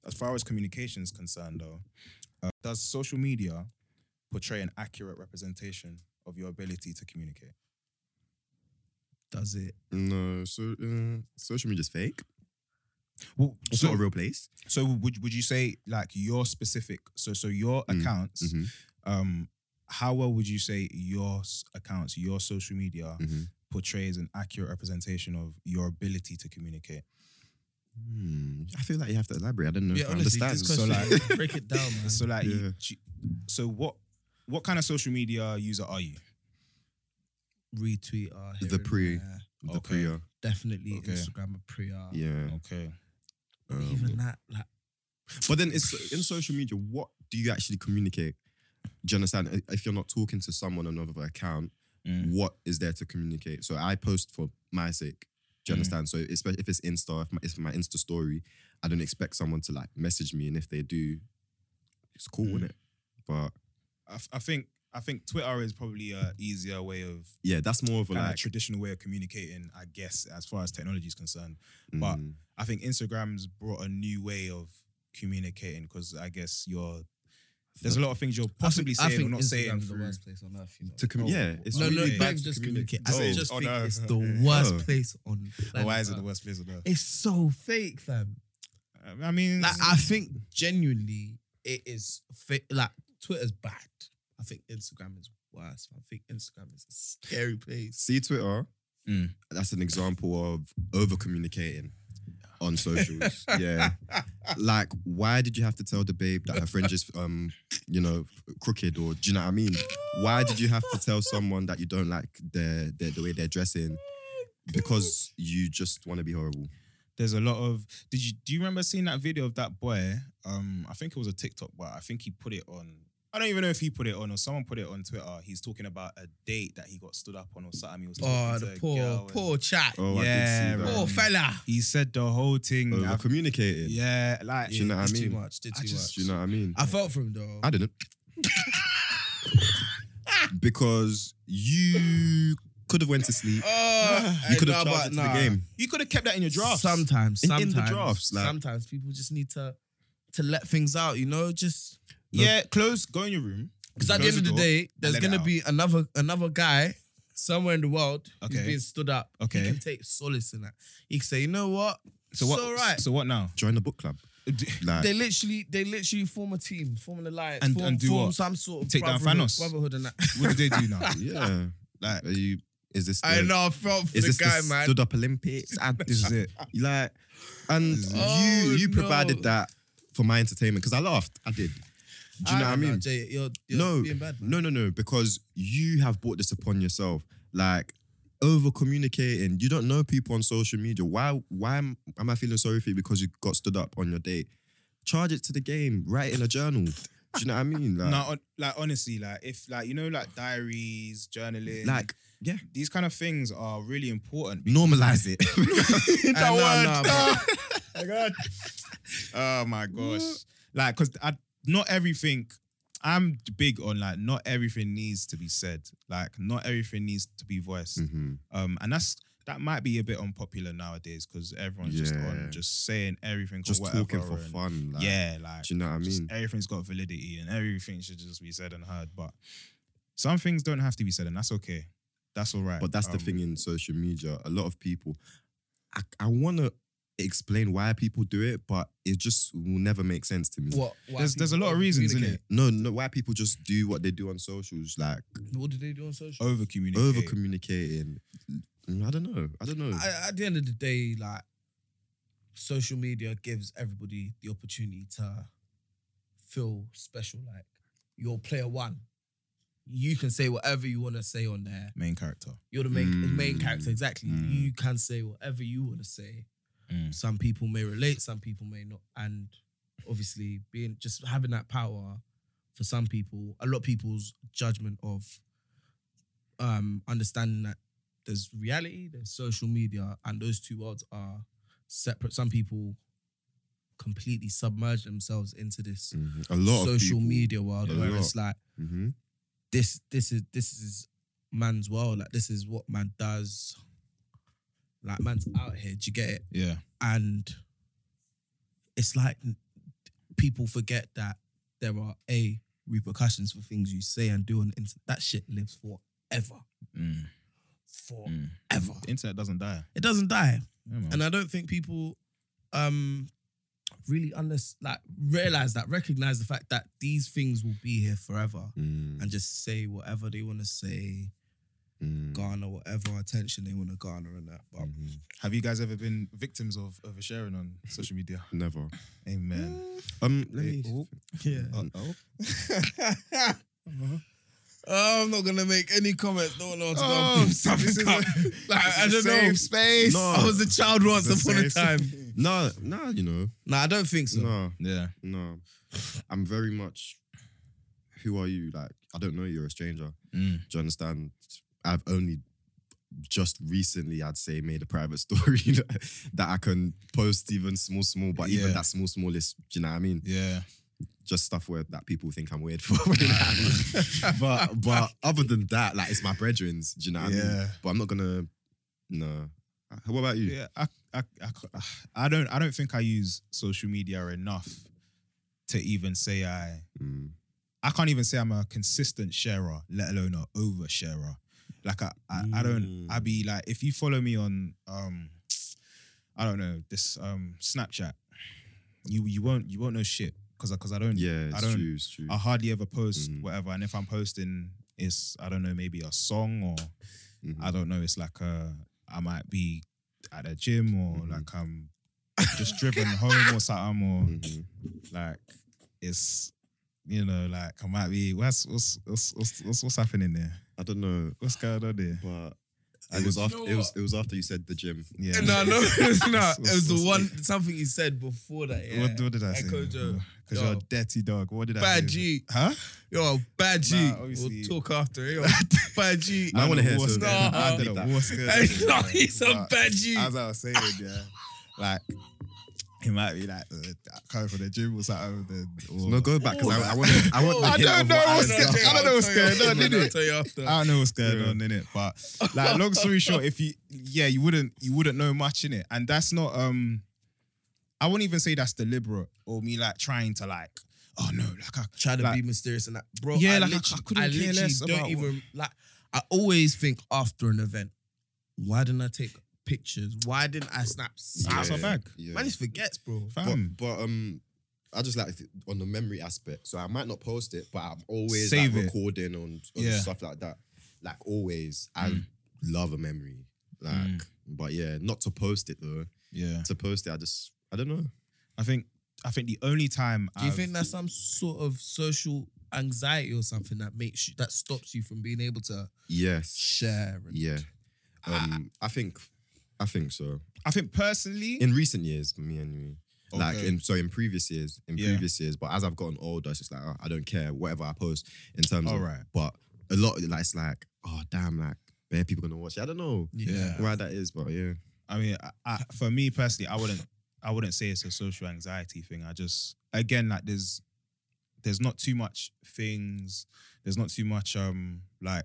S2: as far as communication is concerned, though, uh, does social media portray an accurate representation of your ability to communicate?
S4: Does it?
S3: No, so uh, social media's fake.
S2: Well,
S3: It's not a real place.
S2: So would would you say like your specific so so your
S3: Mm,
S2: accounts
S3: mhm.
S2: um how well would you say your s- accounts your social media
S3: Mhm.
S2: portrays an accurate representation of your ability to communicate?
S3: Hmm. I feel like you have to elaborate. I don't know
S4: Yeah,
S3: if I
S4: honestly,
S3: understand.
S4: this
S2: So,
S4: question,
S2: like-
S4: break it down, man.
S2: So like
S3: Yeah.
S2: you, do- so what what kind of social media user are you?
S4: Retweet our here
S3: The
S4: and
S3: pre.
S4: there.
S3: the
S2: okay.
S3: Priya.
S4: Definitely
S2: Okay.
S4: Instagram a Priya.
S3: Yeah.
S2: Okay.
S4: But
S3: Um,
S4: Even that, like,
S3: But then it's in social media, what do you actually communicate? Do you understand? If you're not talking to someone on another account,
S2: Mm.
S3: what is there to communicate? So I post for my sake. Do you
S2: Mm.
S3: understand? So it's, if it's Insta, if my, if my Insta story, I don't expect someone to like message me. And if they do, it's cool,
S2: Mm.
S3: isn't it? But
S2: I, f- I think I think Twitter is probably a easier way of
S3: yeah, that's more of a
S2: kind
S3: like.
S2: of traditional way of communicating, I guess, as far as technology is concerned. but-
S3: mm,
S2: I think Instagram's brought a new way of communicating because I guess you're there's a lot of things you're possibly
S4: I
S2: saying
S4: think
S2: or not
S4: Instagram
S2: saying.
S4: is the
S2: through-
S4: worst place on earth. You know? Oh.
S3: to com- yeah, it's
S4: no,
S3: really bad
S4: no, don't
S3: to
S4: just communicate. I
S2: Oh,
S4: just
S2: oh,
S4: think
S2: no.
S4: it's the
S2: Okay.
S4: worst
S3: Oh.
S4: place on.
S2: But
S4: planet
S2: Oh, why is it
S4: Earth.
S2: the worst place on earth?
S4: It's so fake, fam.
S2: I mean,
S4: Like, I think genuinely it is fake. Like Twitter's bad. I think Instagram is worse. I think Instagram is a scary place.
S3: See Twitter.
S2: Mm.
S3: That's an example of over communicating on socials. yeah. Like, why did you have to tell the babe that her fringe is um, you know, crooked or do you know what I mean? Why did you have to tell someone that you don't like their, their the way they're dressing? Because you just want to be horrible.
S2: there's a lot of. Did you do you remember seeing that video of that boy? Um, I think it was a TikTok, but I think he put it on. I don't even know if he put it on or someone put it on Twitter. He's talking about a date that he got stood up on or something. He was talking
S4: Oh,
S2: to
S4: the
S2: a girl
S4: poor,
S2: and-
S4: poor chat.
S2: Yeah,
S3: Oh, I did see that. Oh,
S4: Poor
S2: um,
S4: fella.
S2: He said the whole thing.
S3: Over
S2: I've-
S3: communicating.
S2: Mm, yeah, like
S3: Do you know what I
S4: Did too
S3: mean?
S4: much. Did
S2: I
S4: too
S2: just-
S4: much.
S3: Do you know what I mean?
S4: I felt for him though.
S3: I didn't. because you could have went to sleep.
S4: oh,
S3: You
S4: hey,
S3: could have
S4: nah,
S3: charged it to
S4: but
S3: the
S4: nah.
S3: game.
S2: you could have kept that in your drafts.
S4: Sometimes,
S3: In- in
S4: sometimes,
S3: the drafts, like-
S4: sometimes people just need to to let things out. You know, just
S2: Yeah, close. Go in your room.
S4: Because at the
S2: Close
S4: end of the
S2: door.
S4: day, there's
S2: let it
S4: gonna
S2: out.
S4: be another another guy somewhere in the world
S2: Okay.
S4: who's being stood up.
S2: Okay.
S4: He can take solace in that. He can say, you know what?
S2: So what?
S4: It's all right.
S2: So what now?
S3: Join the book club. Like,
S4: they literally, they literally form a team, form an alliance,
S2: And-
S4: form,
S2: and do
S4: form
S2: what?
S4: some sort of
S2: Take down
S4: brotherhood,
S2: Thanos?
S4: brotherhood and that.
S2: What do they do now?
S3: yeah.
S2: Like,
S3: Are you? Is this? The,
S4: I know, I felt for
S3: Is
S4: the
S3: this
S4: guy,
S3: the
S4: man.
S3: stood up Olympics? Ah, I-
S2: this is it.
S3: like, and
S4: Oh,
S3: you you
S4: no.
S3: provided that for my entertainment because I laughed. I did. Do you know what I
S4: don't
S3: mean?
S4: Jay, you're, you're
S3: no,
S4: being bad, man.
S3: no, no, no. Because you have brought this upon yourself. Like over communicating. You don't know people on social media. Why? Why am, am I feeling sorry for you because you got stood up on your date? Charge it to the game. Write it in a journal. Do you know what I mean? Like,
S2: No, like honestly, like if like you know, like diaries, journaling,
S3: like yeah.
S2: these kind of things are really important.
S3: Normalize it.
S2: That
S4: Nah, nah, bro.
S2: my god. Oh my gosh. Like, cause I not everything. I'm big on like not everything needs to be said. Like not everything needs to be voiced.
S3: Mhm.
S2: Um, and that's that might be a bit unpopular nowadays because everyone's just on
S3: Yeah.
S2: just saying everything,
S3: Just
S2: or whatever
S3: talking for
S2: and-
S3: fun. Like,
S2: yeah, like
S3: Do you know what I
S2: just
S3: mean?
S2: everything's got validity and everything should just be said and heard. But Some things don't have to be said, and that's okay. That's all right.
S3: But that's the
S2: Um,
S3: thing in social media. A lot of people, I, I want to explain why people do it, but it just will never make sense to me.
S4: What? why
S2: There's there's a
S4: people
S2: lot of reasons in it.
S4: overcommunicate?
S3: No, no, why people just do what they do on socials, like
S4: What do they do on social?
S2: Over communicate.
S3: over communicating. Mm, I don't know. I don't know.
S4: I, at the end of the day, like social media gives everybody the opportunity to feel special. Like you're player one. You can say whatever you want to say on there.
S2: main character.
S4: You're the main the main
S3: Mm.
S4: character, exactly.
S2: Mm.
S4: You can say whatever you want to say.
S2: Mm.
S4: Some people may relate, some people may not. And obviously, being just having that power for some people, a lot of people's judgment of um understanding that there's reality, there's social media, and those two worlds are separate. Some people completely submerge themselves into this
S3: Mhm. A lot of
S4: social
S3: people-
S4: media world
S3: Yeah, a
S4: where
S3: lot.
S4: it's like
S3: Mhm.
S4: this this is this is man's world. Like this is what man does. Like man's out here. Do you get it?
S2: Yeah.
S4: And it's like people forget that there are a repercussions for things you say and do on the internet. That shit lives forever.
S2: Mm.
S4: Forever.
S2: Mm. The internet doesn't die.
S4: It doesn't die.
S2: Yeah, man.
S4: And I don't think people um really unless like realize that, recognize the fact that these things will be here forever
S3: Mm,
S4: and just say whatever they want to say
S3: mm,
S4: garner whatever attention they want to garner and that. But
S3: mhm.
S2: Have you guys ever been victims of oversharing on social media?
S3: Never.
S2: Amen.
S3: Um, let
S2: Hey,
S3: me. uh,
S2: oh,
S4: yeah,
S2: uh-oh.
S4: I'm not gonna make any comments. No one wants to
S2: Oh,
S4: go and beef something up. Like, I don't know.
S2: space.
S3: No.
S4: I was a child once
S3: It's a
S4: upon a
S3: safe-
S4: time.
S3: No, no, you know,
S4: No, I don't think so.
S3: no,
S2: Yeah.
S3: no. I'm very much. Who are you? Like, I don't know. You're a stranger.
S2: Mm.
S3: Do you understand? I've only just recently, I'd say, made a private story that, that I can post even small, small, but even
S2: Yeah.
S3: that small, small is, do you know what I mean?
S2: Yeah.
S3: Just stuff where that people think I'm weird for. you know what I mean? but but other than that, like it's my brethren's, do you know what I mean?
S2: Yeah.
S3: But I'm not gonna, no. What about you?
S2: Yeah, I, I, I, c- I don't, I don't think I use social media enough to even say I.
S3: Mm,
S2: I can't even say I'm a consistent sharer, let alone an over sharer. Like I, I, I don't.
S3: Mm.
S2: I be like, if you follow me on, um, I don't know this um Snapchat, you you won't you won't know shit because because I don't.
S3: Yeah,
S2: I
S3: it's
S2: don't-
S3: true, it's true.
S2: I hardly ever post
S3: Mhm.
S2: whatever, and if I'm posting, it's I don't know maybe a song or
S3: Mhm.
S2: I don't know. It's like uh, I might be at a gym or
S3: Mhm.
S2: like I'm just driven home or something, or
S3: Mhm.
S2: like it's you know like I might be what's what's what's what's, what's, what's happening there?
S3: I don't know,
S2: What's going on there?
S3: but
S2: You
S3: it was
S2: know
S3: after it was it was after you said the gym.
S2: Yeah.
S4: No, no, it's
S2: What's-
S4: not. It was
S2: what's-
S4: the one something he said before that. Yeah.
S2: What, what did I say?
S4: Echo Joe.
S2: Because you're a
S4: Yo.
S2: dirty dog. What did I
S4: Bad
S2: say?
S4: G.
S2: Huh?
S4: Yo, bad G.
S2: Nah, obviously-
S4: we'll talk after. Yo, bad G.
S3: I wanna
S2: done a
S3: hear
S2: war
S3: some-
S2: scare.
S4: Nah.
S2: I did a war scare.
S4: Hey, no, he's a
S2: But-
S4: bad G.
S2: as I was saying, yeah, like it might be like uh, coming from the gym or something. Then, or,
S3: No, go back because I, I want I want. the
S2: I
S3: hint
S2: don't
S3: of
S2: know
S3: what
S2: what's
S3: Alan's
S2: going- I don't know what's going on, did
S4: I'll
S2: it?
S4: tell you after.
S2: I don't know what's going
S3: Yeah.
S2: on in it, but like long story short, if you yeah, you wouldn't you wouldn't know much in it, and that's not um, I wouldn't even say that's deliberate or me like trying to like oh no like I,
S4: try to
S2: Like-
S4: be mysterious and that, bro.
S2: Yeah,
S4: I
S2: like, I- I
S4: literally,
S2: couldn't
S4: I
S2: care
S4: literally
S2: less
S4: don't
S2: about
S4: even like. I always think after an event, why didn't I take pictures? Why didn't I snap?
S2: That's
S4: something?
S2: our bag.
S3: Yeah.
S4: Man just forgets, bro.
S3: But,
S2: fam
S3: but um, I just like th- on the memory aspect. So I might not post it, but I'm always
S2: Save it.
S3: like, recording on, on
S2: Yeah.
S3: stuff like that. Like always, I
S2: Mm.
S3: love a memory. Like,
S2: Mm.
S3: but yeah, not to post it though.
S2: yeah,
S3: To post it, I just I don't know.
S2: I think I think the only time
S4: Do you
S2: I've-
S4: think that's some sort of social anxiety or something that makes you that stops you from being able to
S3: Yes.
S4: share? And,
S3: Yeah.
S2: Ah,
S3: Um, I think, I think so.
S2: I think personally
S3: In recent years, for me anyway. Like
S2: Okay.
S3: in so in previous years, in
S2: Yeah.
S3: previous years, but as I've gotten older, it's just like oh, I don't care whatever I post in terms
S2: All
S3: of.
S2: right.
S3: But a lot of it, like it's like oh damn like bare people gonna watch it. I don't know
S2: Yeah.
S3: why that is, but yeah.
S2: I mean, I, I, for me personally, I wouldn't, I wouldn't say it's a social anxiety thing. I just, again, like there's, there's not too much things, there's not too much um like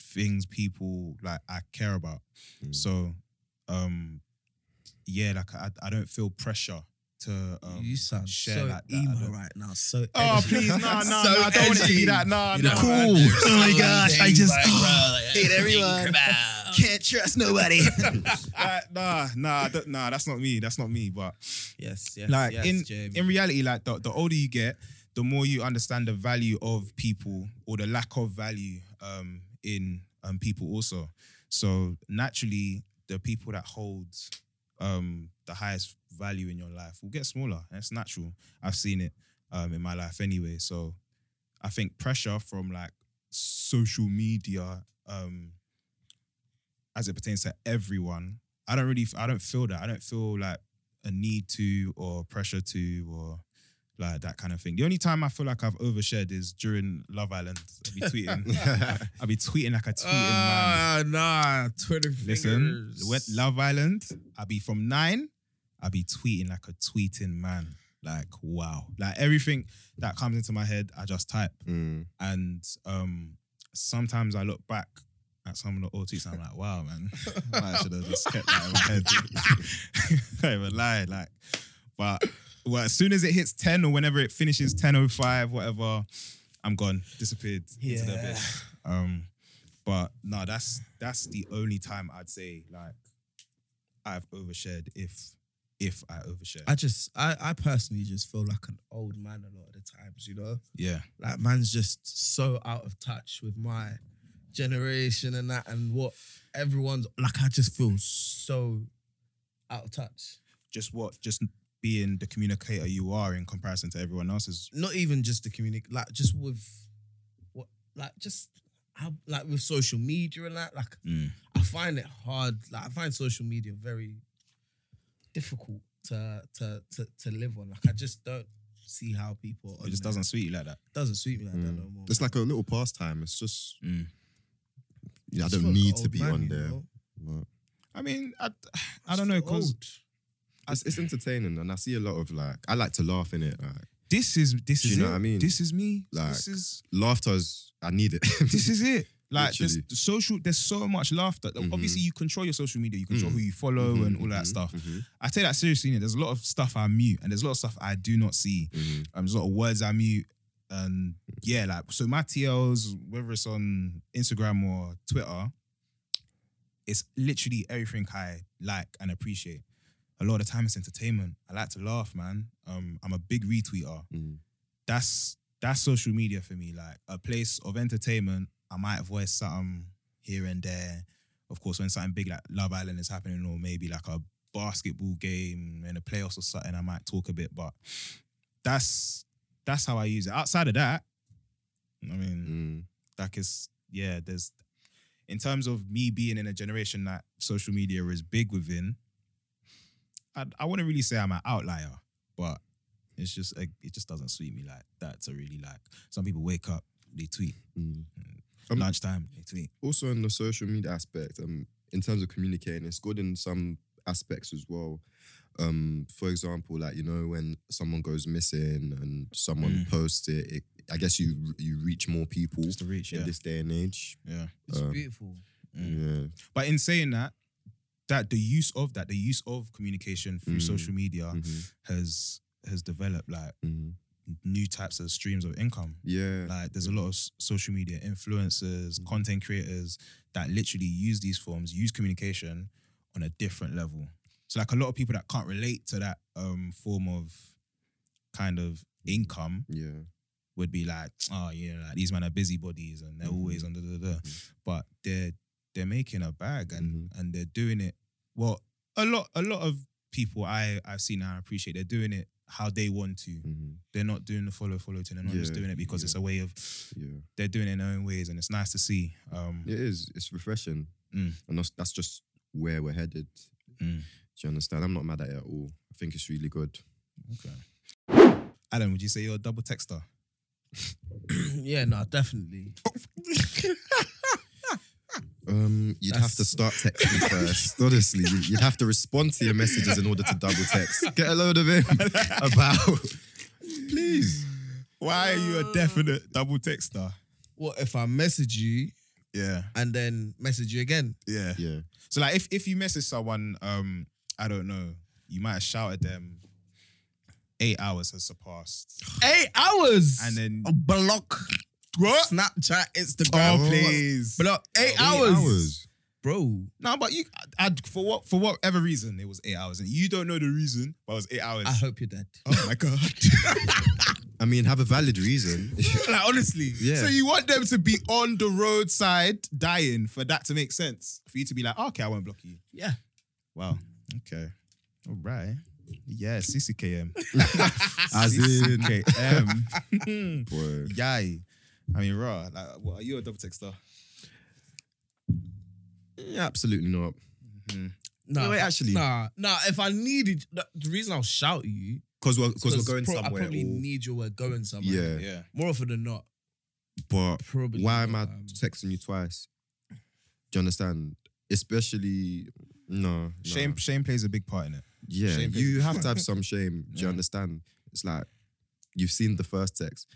S2: things people like I care
S4: Hmm.
S2: about.
S3: Mm.
S2: So, um, yeah, like I, I don't feel pressure to um,
S4: you sound
S2: share
S4: so
S2: like that. I
S4: emo
S2: don't-
S4: right now. So
S2: Oh please, no, no, no! I don't want it to be that. No, no.
S4: cool. Oh my
S2: gosh, I just-
S4: hate everyone.
S2: Can't trust nobody. like, nah, nah, that- nah. That's not me. That's not me. But
S4: Yes, yes,
S2: like
S4: yes,
S2: in
S4: Jamie.
S2: in reality, like the, the older you get, the more you understand the value of people or the lack of value um, in um, people also. So naturally, the people that hold um, the highest value in your life will get smaller. And it's natural. I've seen it um, in my life anyway. So I think pressure from like social media, um, as it pertains to everyone, I don't really, I don't feel that. I don't feel like a need to or pressure to or like that kind of thing. The only time I feel like I've overshared is during Love Island. I'll be tweeting. I'll be tweeting like a tweeting man.
S4: Ah, nah, Twitter.
S2: Listen,
S4: fingers.
S2: with Love Island, I'll be from nine, I'll be tweeting like a tweeting man. Like, wow. Like everything that comes into my head, I just type.
S3: Mm.
S2: And um sometimes I look back at some of the old tweets and I'm like, wow, man. I should have just kept that in my head. I even lied. Like, but well, as soon as it hits 10 or whenever it finishes 10.05, whatever, I'm gone. Disappeared into the
S4: Yeah.
S2: abyss. Um, but no, that's that's the only time I'd say like I've overshared if if I overshared.
S4: I just, I, I personally just feel like an old man a lot of the times, you know?
S2: yeah.
S4: Like, man's just so out of touch with my generation and that and what everyone's, like, I just feel so out of touch.
S2: Just what? Just being the communicator you are in comparison to everyone else is
S4: Not even just the community, like, just with what, like, just how, like, with social media and that, like,
S2: Mm.
S4: I find it hard, like, I find social media very difficult to, to, to, to live on. Like, I just don't see how people
S2: it just doesn't suit you like that.
S4: doesn't suit me like that
S3: Mm.
S4: no more.
S3: It's like a little pastime. It's just
S2: Mm.
S3: you know, I
S4: Just
S3: don't
S4: feel like
S3: need
S4: an
S3: to
S4: old
S3: be
S4: man,
S3: on
S4: you
S3: there.
S4: know?
S3: But
S2: I mean, I, I don't know
S4: Just feel
S2: because
S4: old.
S3: It's, it's entertaining, and I see a lot of like I like to laugh in it. Like
S2: this is this
S3: Do
S2: is
S3: you know
S2: it.
S3: what I mean?
S2: This is me.
S3: Like-
S2: this is
S3: laughter is I need it.
S2: this is it. Like there's
S3: Literally.
S2: the social, there's so much laughter.
S3: Mhm.
S2: Obviously, you control your social media, you control
S3: Mhm.
S2: who you follow and all that stuff.
S3: Mhm,
S2: I take that seriously. innit? There's a lot of stuff I mute, and there's a lot of stuff I do not see.
S3: mhm.
S2: Um, there's a lot of words I mute, and yeah, like so my TLs, whether it's on Instagram or Twitter, it's literally everything I like and appreciate. A lot of the time, it's entertainment. I like to laugh, man. Um, I'm a big retweeter.
S3: Mm.
S2: That's that's social media for me. Like a place of entertainment. I might voice something here and there. Of course, when something big like Love Island is happening, or maybe like a basketball game in the playoffs or something, I might talk a bit. But that's that's how I use it. Outside of that, I mean,
S3: Mm.
S2: like it's yeah there's in terms of me being in a generation that social media is big within i, I wouldn't really say i'm an outlier but it's just like, it just doesn't suit me like that to really like some people wake up they tweet
S3: Mm. Um,
S2: lunchtime they tweet
S3: Also, in the social media aspect, um, in terms of communicating, it's good in some aspects as well. Um, for example, like you know when someone goes missing and someone
S2: Mm.
S3: posts it, it, I guess you you reach more people
S2: just to reach yeah
S3: in this day and age.
S2: yeah
S4: It's
S3: Um,
S4: beautiful.
S2: Mm.
S3: Yeah.
S2: but in saying that that the use of that the use of communication through
S3: Mm.
S2: social media
S3: Mhm,
S2: has has developed like
S3: mhm.
S2: new types of streams of income
S3: Yeah.
S2: Like there's a lot of s- social media influencers,
S3: Mm.
S2: content creators that literally use these forms, use communication on a different level. So like a lot of people that can't relate to that um form of kind of
S3: Mm.
S2: income
S3: yeah.
S2: would be like, oh, you know, like these men are busybodies and they're always
S3: Mm-hmm.
S2: on da da da. But they're they're making a bag and
S3: Mm-hmm.
S2: and they're doing it. Well, a lot a lot of people I I've seen and I appreciate they're doing it how they want to.
S3: mhm,
S2: They're not doing the follow follow thing. They're not just
S3: Yeah,
S2: doing it because
S3: yeah.
S2: it's a way of
S3: Yeah.
S2: they're doing it in their own ways, and it's nice to see. Um,
S3: It is. It's refreshing,
S2: Mm.
S3: and that's that's just where we're headed.
S2: Mm.
S3: Do you understand? I'm not mad at it at all. I think it's really good.
S2: Okay. Alan, would you say you're a double texter?
S4: yeah, no, definitely.
S3: Um, you'd have to
S4: That's-
S3: start texting first. Honestly, You- you'd have to respond to your messages in order to double text. Get a load of him about. Please.
S2: Why are you a definite double texter?
S4: What if I message you
S2: Yeah,
S4: and then message you again?
S2: yeah.
S3: Yeah.
S2: So like, if if you message someone, um, I don't know, you might have shouted them eight hours has surpassed.
S4: Eight hours.
S2: And then-
S4: a block.
S2: What?
S4: Snapchat,
S2: Oh,
S4: Instagram,
S2: please.
S4: Block eight,
S3: Eight
S4: hours.
S3: hours.
S4: bro.
S2: No, but you, I, I- for what, for whatever reason, it was eight hours, and you don't know the reason, but it was eight hours.
S4: I hope you're dead.
S2: oh my god!
S3: I mean, have a valid reason.
S2: like honestly,
S3: Yeah.
S2: so you want them to be on the roadside dying for that to make sense for you to be like, "Oh, okay, I won't block you.
S4: Yeah.
S2: Wow. Okay. All right. Yeah, CCKM.
S3: As in- um,
S2: CCKM.
S3: Boy.
S2: Yay. I mean, raw. Like, what, are you a double texter?
S3: Yeah, absolutely not.
S4: Nah,
S3: No, wait, actually-
S4: Nah, nah. If I needed, the the reason I'll shout at you
S3: Because we're,
S4: is
S3: cause we're going
S4: pro- I
S3: somewhere.
S4: probably
S3: or-
S4: need you. We're going somewhere.
S3: yeah.
S2: Yeah.
S4: More often than not,
S3: But
S4: probably.
S3: why am I
S4: um,
S3: texting you twice? Do you understand? Especially, no. no.
S2: Shame, shame plays a big part in it.
S3: Yeah,
S2: Shame
S3: you
S2: is-
S3: have to have some shame. Do you
S2: Yeah.
S3: understand? It's like you've seen the first text,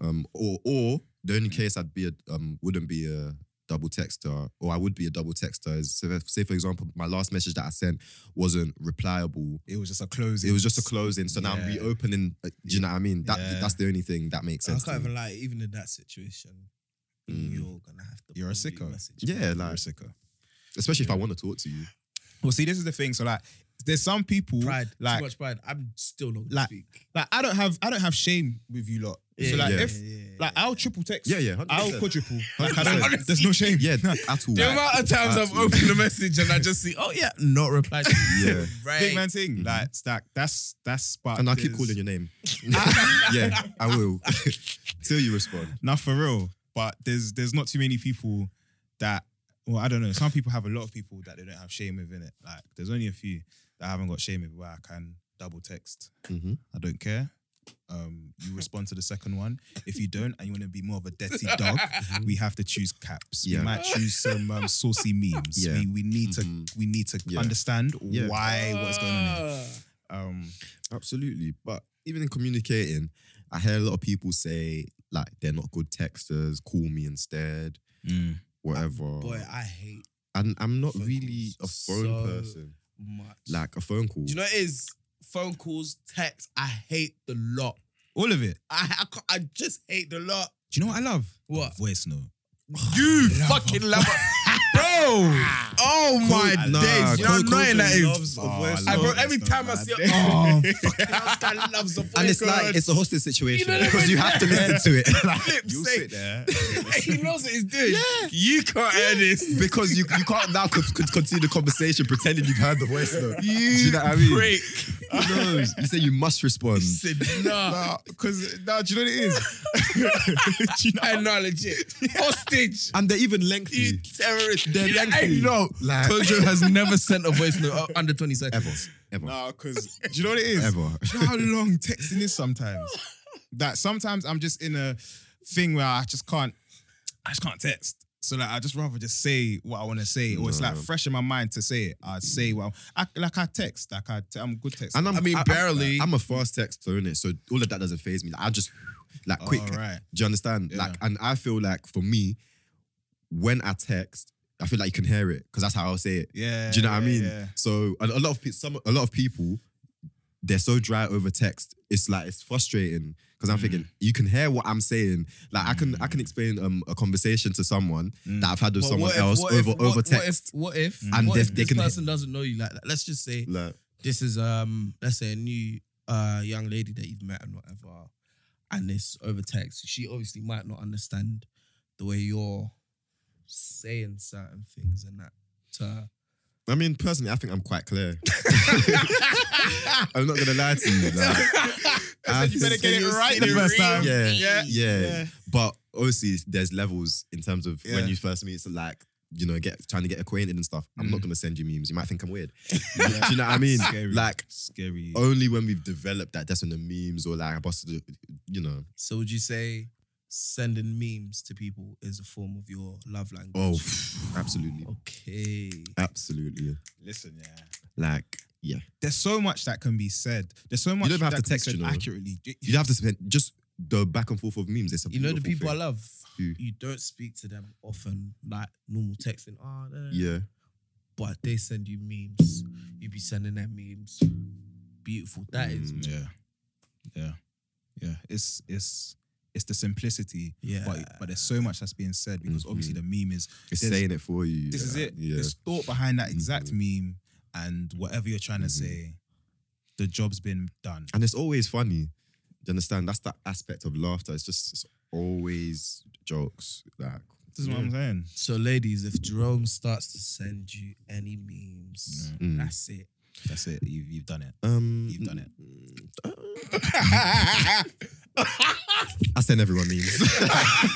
S3: um, or or the only case I'd be a um wouldn't be a double texter, or I would be a double texter is so if- say for example, my last message that I sent wasn't replyable.
S2: It was just a closing.
S3: It was just a closing, so now I'm
S4: Yeah.
S3: reopening. uh, do you know what I mean? That
S2: Yeah.
S3: that's the only thing that makes
S4: I
S3: sense.
S4: can't
S3: to
S4: even
S3: me.
S4: lie. Even in that situation,
S3: Mm.
S4: you're gonna have to.
S2: You're a
S4: probably
S2: sicko.
S4: message me.
S3: Yeah,
S2: You're a
S3: like
S2: sicker.
S3: especially if I want to talk to you.
S2: Well, see, this is the thing. So, like, there's some people
S4: Pride.
S2: like
S4: too much pride. I'm still not gonna
S2: Like-
S4: speak.
S2: like I don't have I don't have shame with you lot. so like
S3: yeah,
S2: if like I'll triple text.
S3: Yeah, yeah,
S2: I'll
S3: 100%.
S2: quadruple. Like, I
S4: Honestly.
S2: don't, there's no shame.
S3: Yeah, at all.
S4: The amount of times I've
S3: Absolutely.
S4: opened a message and I just see, oh yeah, not replied. to you.
S3: Yeah.
S4: right.
S2: Big man thing.
S3: Mhm.
S2: Like stack. That's that's but
S3: And I'll keep
S2: there's-
S3: calling your name. yeah, I will. Till you respond.
S2: Nah, for real. But there's there's not too many people that well, I don't know. Some people have a lot of people that they don't have shame within it. Like there's only a few that haven't got shame with where I can double text.
S3: Mm-hmm.
S2: I don't care. Um, you respond to the second one. If you don't, and you want to be more of a dirty dog, we have to choose caps.
S3: Yeah.
S2: We might choose some um, saucy memes.
S3: Yeah.
S2: We, we need
S3: Mhm.
S4: Mm-hmm.
S2: to we need to
S3: Yeah.
S2: understand
S3: Yeah.
S2: why what's going on. Here. Um,
S3: Absolutely. But even in communicating, I hear a lot of people say like they're not good texters, call me instead, whatever.
S4: Boy, I hate
S3: and I'm not
S4: Phone
S3: really a
S4: calls.
S3: phone
S4: So-
S3: person.
S4: much.
S3: Like a phone call.
S4: Do you know what it is? Phone calls, texts. I hate the lot.
S2: all of it.
S4: I I, can't- I just hate the lot.
S2: Do you know what I love?
S4: What?
S2: A voice note.
S4: You
S2: Love
S4: fucking love it. Bro.
S3: Ah.
S4: Oh my
S2: Nah,
S4: days. You know how
S3: Cole-
S4: annoying that
S3: Cole
S4: is.
S2: Oh,
S4: I,
S2: I
S4: bro,
S2: love
S4: every
S2: that
S4: time I
S2: stuff,
S4: see a
S2: man.
S4: oh, fucking hell, that loves a voice
S3: and it's like it's a hostage situation
S4: You know what I
S3: because you
S4: mean?
S3: have to listen to it. Like,
S4: flip
S2: You'll
S4: sake.
S2: sit there.
S4: he knows what he's doing. You can't hear this.
S3: because you, you can't now could, could continue the conversation pretending you've heard the voice note.
S4: You,
S3: Do you know what I mean?
S4: prick.
S3: No, you say you must respond.
S4: He said, nah.
S2: Because now, do you know what it is?
S4: Do you know- I acknowledge it. Hostage.
S3: And they're even
S4: You
S3: lengthy.
S4: terrorist.
S3: They're lengthy.
S4: I know.
S3: Like,
S4: Kojo has never sent a voice note uh, under 20 seconds.
S3: ever. Ever.
S2: Nah, because do you know what it is?
S3: Ever.
S2: Do you know how long texting is sometimes? That sometimes I'm just in a thing where I just can't, I just can't text. So like I just rather just say what I want to say, or it's like
S3: No.
S2: fresh in my mind to say it. I say well, I, like I text, like I, te- I'm a good text.
S3: And I'm,
S4: I mean, barely.
S3: I'm, a fast texter, innit? So all of that doesn't phase me. Like, I just, like, quick.
S2: right.
S3: Do you understand? Like,
S2: Yeah.
S3: and I feel like for me, when I text, I feel like you can hear it because that's how I'll say it.
S2: Yeah.
S3: Do you know what
S2: yeah,
S3: I mean?
S2: yeah.
S3: So a, a lot of people, some a lot of people, they're so dry over text. It's like it's frustrating because
S4: Mm.
S3: I'm thinking you can hear what I'm saying. Like I can I can explain um, a conversation to someone that
S2: Mm.
S3: I've had with
S4: Mm. But
S3: someone
S4: what if-
S3: else
S4: what if-
S3: over over
S4: what-
S3: text.
S4: What if, what if,
S3: And
S4: what
S3: they-
S4: if
S3: they
S4: this
S3: can-
S4: person doesn't know you like that? Let's just say
S3: Like,
S4: this is um, let's say a new uh young lady that you've met and whatever, and this over text. She obviously might not understand the way you're saying certain things and that. To her.
S3: I mean, personally, I think I'm quite clear. I'm not gonna lie to you. Like, I
S2: you better
S3: think-
S2: get it right the first time.
S3: Yeah,
S2: Yeah.
S3: yeah,
S2: Yeah.
S3: But obviously, there's levels in terms of
S2: Yeah.
S3: when you first meet. So like, you know, get trying to get acquainted and stuff. I'm not gonna send you memes. You might think I'm weird. Do you know what I mean?
S2: Mm. Scary.
S3: Like,
S2: Scary.
S3: only when we've developed that. That's when the memes or like I busted, the- you know.
S4: So would you say sending memes to people is a form of your love language?
S3: Oh, absolutely,
S4: okay.
S3: absolutely.
S2: Listen, yeah.
S3: Like, yeah,
S2: There's so much that can be said. There's so much
S3: don't have
S2: that
S3: to
S2: can
S3: text,
S2: be said
S3: you know.
S2: accurately.
S3: you have to spend just the back and forth of memes. It's a
S4: You know the
S3: beautiful
S4: people I
S3: thing.
S4: love.
S3: Who?
S4: You don't speak to them often, like normal texting. Ah, da, da, da.
S3: Yeah,
S4: but they send you memes. You be sending them memes. Beautiful. That is
S3: Mm,
S2: Yeah. Yeah, yeah. It's it's it's the simplicity.
S4: Yeah.
S2: but but there's so much that's being said because obviously
S3: Mm-hmm.
S2: the meme is
S3: It's
S2: there's-
S3: saying it for you.
S2: This is
S3: yeah,
S2: it.
S3: Yeah. Mm-hmm.
S2: There's thought behind that exact meme and whatever you're trying to say. The job's been done.
S3: and it's always funny. Do you understand? That's that aspect of laughter. It's just it's always jokes. Like
S2: This is what I'm saying.
S4: So, ladies, if Jerome starts to send you any memes,
S3: Mm.
S4: that's it.
S2: That's it. You've you've done it.
S3: um,
S2: You've done it.
S3: I send everyone memes.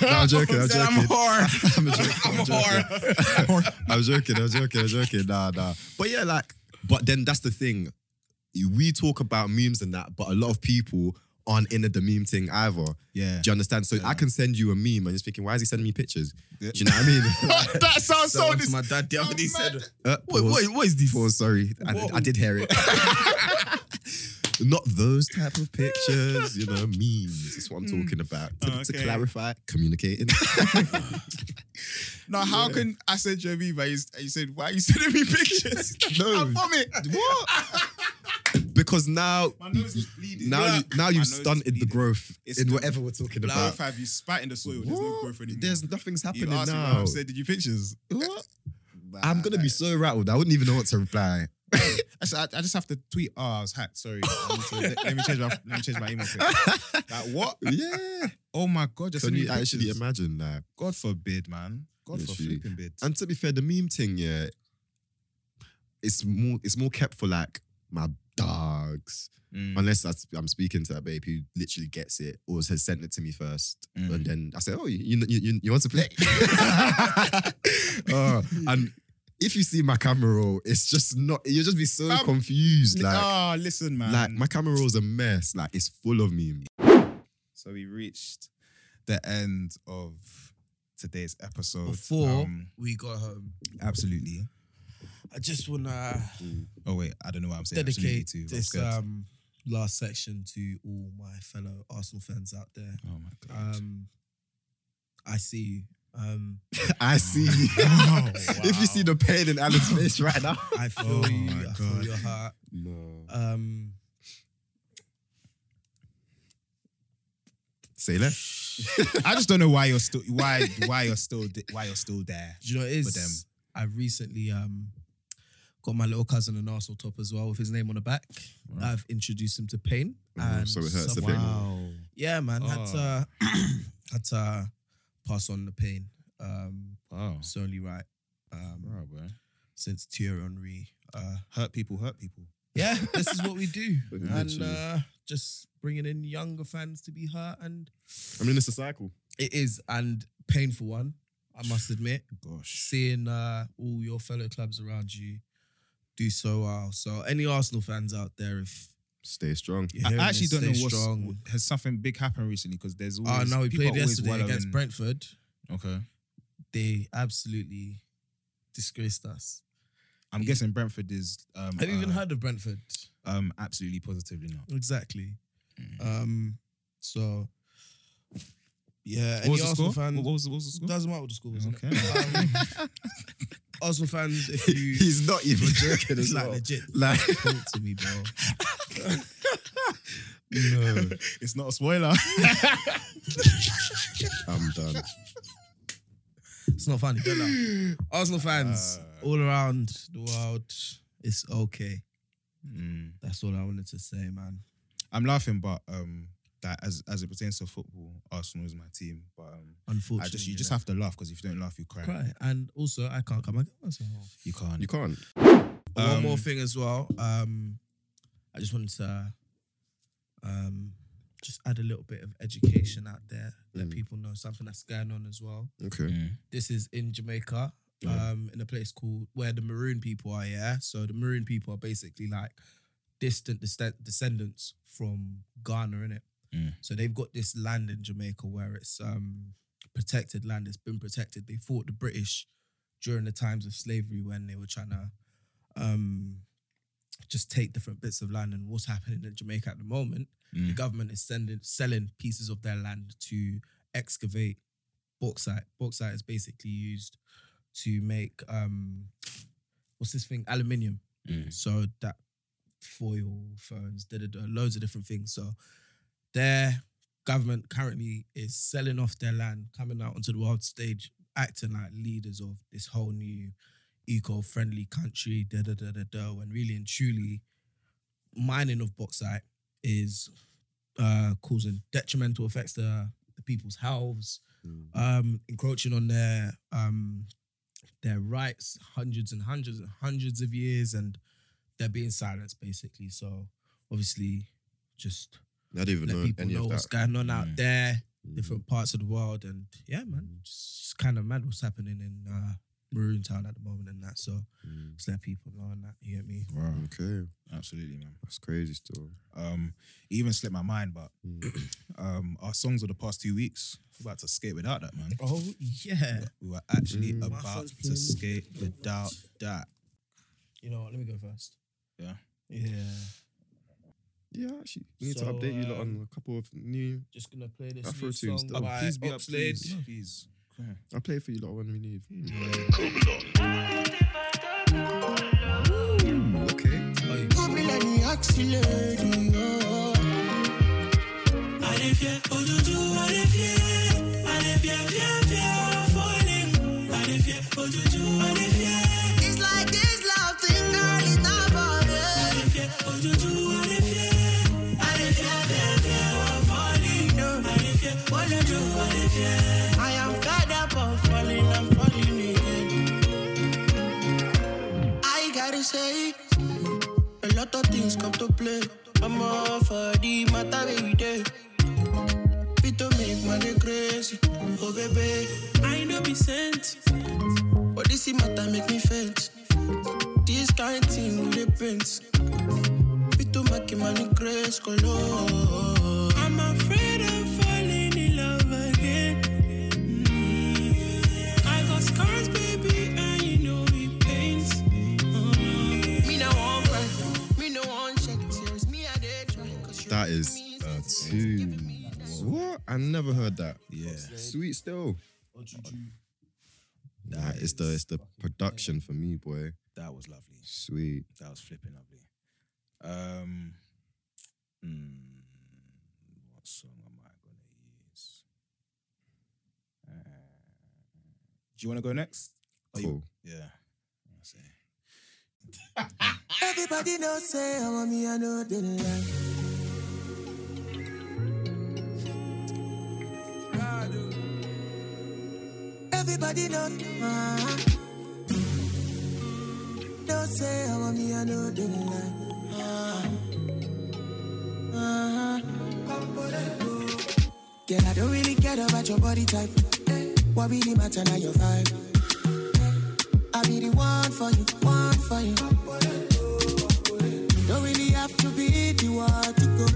S3: no, I'm joking. I'm joking.
S2: hard.
S3: I'm joking. I'm joking. I'm joking. I'm joking. I'm joking. Nah, nah. But yeah, like, but then that's the thing. We talk about memes and that, but a lot of people aren't in the meme thing either.
S2: Yeah.
S3: Do you understand? So I can send you a meme and you're thinking, why is he sending me pictures?
S2: Yeah.
S3: Do you know what I mean? Like,
S2: that sounds Oh,
S4: So, to my dad the other day he said,
S3: uh, wait, wait, what is this for? Sorry, I, I did hear it. Not those type of pictures, you know, memes. That's what I'm talking about. To,
S2: Oh,
S3: to
S2: okay.
S3: clarify, communicating.
S2: Now, how can I said your meme? but You you said, why are you sending me pictures?
S3: No.
S2: I'm from it.
S3: what? because now,
S2: My nose is bleeding.
S3: now, you, now
S2: My
S3: you've
S2: nose is
S3: stunted the
S2: bleeding.
S3: growth
S2: It's
S3: in
S2: the-
S3: whatever we're talking
S2: Now,
S3: about.
S2: fam, you spat in the soil. There's no
S3: What?
S2: growth anymore.
S3: There's nothing's
S2: you
S3: happening
S2: asked me
S3: now.
S2: what I said. Did you pictures?
S3: What? I'm gonna be so rattled. I wouldn't even know what to reply.
S2: Actually, I, I just have to tweet. Oh, I was hacked. Sorry. I need to- let, let me change my. Let me change my email. Quick. Like what?
S3: yeah.
S2: Oh my god! Just send
S3: Can
S2: me
S3: you actually
S2: pictures.
S3: imagine that?
S2: God forbid, man. God for
S3: Literally.
S2: flipping bid.
S3: And to be fair, the meme thing, yeah, it's more it's more kept for like my dogs.
S2: Mm.
S3: Unless that's, I'm speaking to that babe who literally gets it or has sent it to me first,
S2: Mm.
S3: and then I say, "Oh, you you, you, you want to play?" Oh, and if you see my camera roll, it's just not. You'll just be so
S2: Fam-
S3: confused. Like,
S2: Ah, listen, man.
S3: like my camera roll's a mess. Like, it's full of memes.
S2: so we reached the end of today's episode.
S4: before
S2: Um,
S4: we got home,
S2: absolutely.
S4: I just want to
S2: Oh wait, I don't know what I'm saying. absolutely
S4: dedicate
S2: to. I'm
S4: this
S2: scared.
S4: um, last section to all my fellow Arsenal fans out there.
S2: oh my god.
S4: Um, I see you. Um,
S3: I see. you.
S2: Oh, Wow.
S3: If you see the pain in Alan's face right now,
S4: I feel
S2: Oh
S4: you.
S2: my
S4: I
S2: God.
S4: feel your heart.
S3: no.
S4: Um,
S3: Say less.
S4: uh,
S2: I just don't know why you're still why why you're still di- why you're still there.
S4: do you know what it is?
S2: For them.
S4: I recently um got my little cousin an Arsenal top as well with his name on the back. I've introduced him to pain.
S3: Oh,
S4: and
S3: so it hurts a bit.
S4: suffering. Yeah, man. Had to
S2: Oh.
S4: had to pass on the pain. Um,
S2: Wow.
S4: it's only right. Um,
S2: Wow, bro.
S4: since Thierry Henry. Uh,
S2: Hurt people, hurt people.
S4: yeah, this is what we do, and
S3: Literally.
S4: uh, just bringing in younger fans to be hurt, and
S3: I mean, it's a cycle.
S4: it is and painful one. I must admit,
S2: Gosh.
S4: seeing uh, all your fellow clubs around you do so well. So, any Arsenal fans out there, if
S3: Stay strong.
S4: you're
S2: I
S4: hearing
S2: actually
S4: this,
S2: don't know
S4: stay
S2: what's
S4: strong.
S2: has something big happened recently because there's
S4: Oh
S2: always
S4: no, we
S2: people
S4: played
S2: are always
S4: yesterday against
S2: wallowing-
S4: Brentford.
S2: Okay.
S4: They absolutely disgraced us.
S2: I'm guessing Brentford is um,
S4: Have you even
S2: uh,
S4: heard of Brentford?
S2: um absolutely positively not.
S4: Exactly.
S2: Mm-hmm.
S4: Um. So. Yeah.
S2: What was,
S4: any
S2: the
S4: Arsenal
S2: score?
S4: fan
S2: What, what was the, what was the score?
S4: doesn't matter what the score was.
S2: Okay.
S4: Um, Arsenal fans, if you
S3: He's not even joking as
S4: like
S3: well.
S4: legit,
S3: Like,
S4: talk to me, bro.
S3: no,
S2: It's not a spoiler.
S3: I'm done.
S4: It's not funny. Don't lie. Arsenal fans
S2: Uh.
S4: all around the world, it's okay.
S2: Hmm.
S4: That's all I wanted to say, man.
S2: I'm laughing, but um, that as as it pertains to football, Arsenal is my team. But um, I
S4: Unfortunately,
S2: just you just
S4: know.
S2: have to laugh because if you don't laugh, you cry.
S4: cry, and also I can't come. I get myself.
S2: You can't.
S3: You can't.
S2: Um,
S4: One more thing as well. Um, I just wanted to um, just add a little bit of education out there, let
S3: Mm.
S4: people know something that's going on as well.
S3: Okay.
S4: This is in Jamaica,
S3: Yeah.
S4: um, in a place called where the Maroon people are. Yeah, so the Maroon people are basically like distant descend- descendants from Ghana, innit?
S2: Mm.
S4: So they've got this land in Jamaica where it's um, protected land. It's been protected. They fought the British during the times of slavery when they were trying to um, just take different bits of land. And what's happening in Jamaica at the moment, the
S2: Mm.
S4: government is sending selling pieces of their land to excavate bauxite. Bauxite is basically used to make um, what's this thing? Aluminium.
S2: Mm.
S4: So that foil phones, da, da, da, loads of different things. So their government currently is selling off their land, coming out onto the world stage, acting like leaders of this whole new eco-friendly country, da da da da da. And really and truly, mining of bauxite is uh, causing detrimental effects to the people's healths,
S3: Mm.
S4: um, encroaching on their um, their rights, hundreds and hundreds and hundreds of years, and they're being silenced basically. So obviously, just
S3: I don't even
S4: let
S3: know
S4: people
S3: any
S4: know
S3: of
S4: what's
S3: that.
S4: going on out
S2: Mm.
S4: there,
S3: Mm.
S4: different parts of the world, and yeah, man, it's just kind of mad what's happening in uh, Maroon Town at the moment and that. So
S3: Mm.
S4: just let people know and that. You get me?
S2: Wow,
S3: Okay,
S2: absolutely, man.
S3: that's crazy still.
S2: Um, it even slipped my mind, but
S3: Mm.
S2: um, our songs of the past two weeks, we're about to skate without that, man.
S4: Oh yeah.
S2: We were actually
S3: Mm.
S4: My
S2: about
S4: phone's
S2: to
S4: playing.
S2: skate without that.
S4: You know what? Let me go first.
S2: Yeah.
S4: Yeah.
S3: Yeah, actually, we need
S4: So,
S3: to update you lot
S4: um,
S3: on a couple of new.
S4: Just gonna play this
S3: Afro
S4: new
S3: tunes
S4: song
S3: though.
S4: by
S2: Please be
S4: Oxlade.
S2: uploaded. Please.
S3: I'll play for you lot when we leave.
S4: Hmm.
S3: Mm, Okay.
S6: It's like this love thing, girl, is not for real. I am fed up of falling, I'm falling again. I gotta say, a lot of things come to play. I'm all for the matter every day. Fit to make money crazy, oh baby. I know be sent, but this matter make me faint. This kind thing with the prince. Fit to make money crazy, color. I'm afraid of falling in love again. Mm. I got scars, baby, and you know it pains. Me no one cry, me no one shed tears. Me I did try. 'cause you
S3: That
S6: make
S3: is
S6: me
S3: a
S6: sensitive.
S3: tune. What? I never heard that.
S2: Yeah.
S3: Sweet still. Nah, it's the it's the production for me, boy.
S2: That was lovely.
S3: Sweet.
S2: That was flipping lovely. Um, hmm, what song am I gonna use? Uh, do you want to go next? Are you-
S3: Cool.
S2: yeah. I see.
S6: Everybody know say I want me, I know they lie. Everybody know, ah. Don't say I want me, I know they lie. Ah. Ah. Girl, I don't really care about your body type. What really matter now your vibe? I be the one for you, one for you. Don't really have to be the one to go.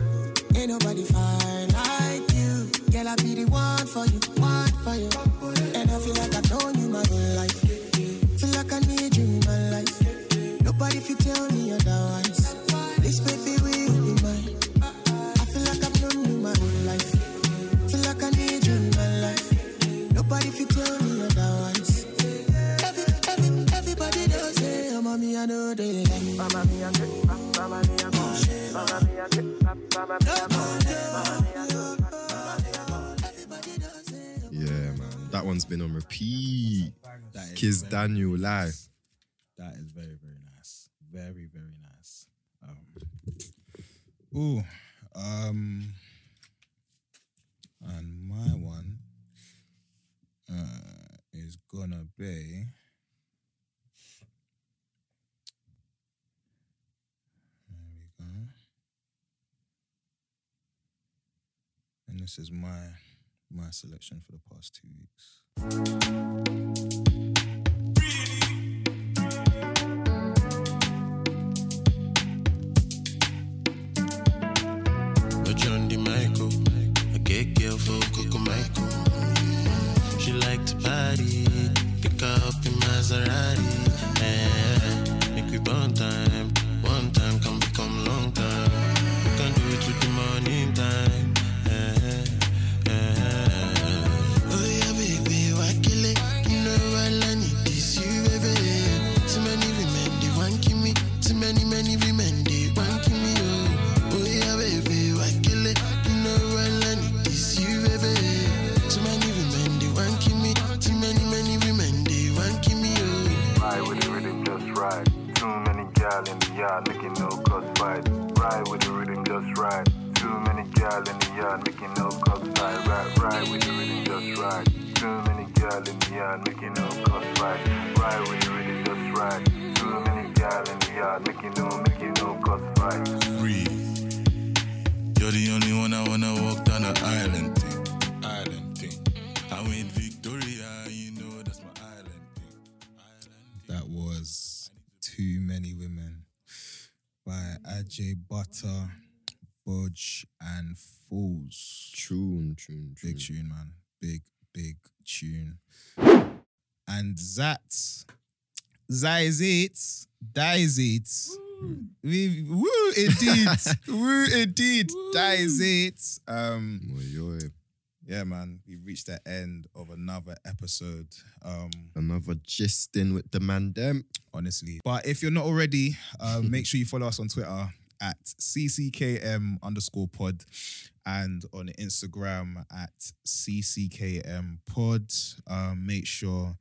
S6: Ain't nobody fine like you. Girl, I be the one for you, one for you. And I feel like I've known you my whole life. Feel like I need you in my life. Nobody if you tell me otherwise. This baby will be mine. I feel like I've known you my whole life. Feel like I need you in my life. Nobody if you tell me otherwise. Every, every, everybody does say, oh, mommy, I know they like. me."
S3: Yeah, man. That one's been on repeat. Kiz
S2: very
S3: Daniel live.
S2: nice. That is very very nice. Very very nice. Um, ooh, um, and my one uh, is gonna be. There we go. And this is my my selection for the past two weeks.
S7: No John D. Michael. I get girl for Coco Michael. She like to party. Pick up in Maserati. Eh, make we bond time. One time can become long time. We can do it with the morning time. Eh, eh. Oh yeah, baby, why kill it? You know I learn it. This you, baby. Too many women, they want kill me. Too many, many women, they want kill me. Oh, oh yeah, baby, why kill it? You know I oh.
S8: yard, making no cost right. Ride when you really just ride. Too many gal in the yard, making no, making no cost right.
S9: Breathe. You're the only one I wanna walk down an island thing. Island thing. I win Victoria, you know that's my island thing.
S2: That was Too Many Women by Ajay Butter, Budge, and Fools.
S3: True, true, true.
S2: Big tune, man. Big, big tune. And that, that is it. That is it. We woo indeed, woo indeed. That is it. Um,
S3: Boy, yo,
S2: yeah, man, we reached the end of another episode. Um,
S3: Another gist in with the man them.
S2: honestly. But if you're not already, uh, make sure you follow us on Twitter at cckm underscore pod and on Instagram at cckm pod. Um, make sure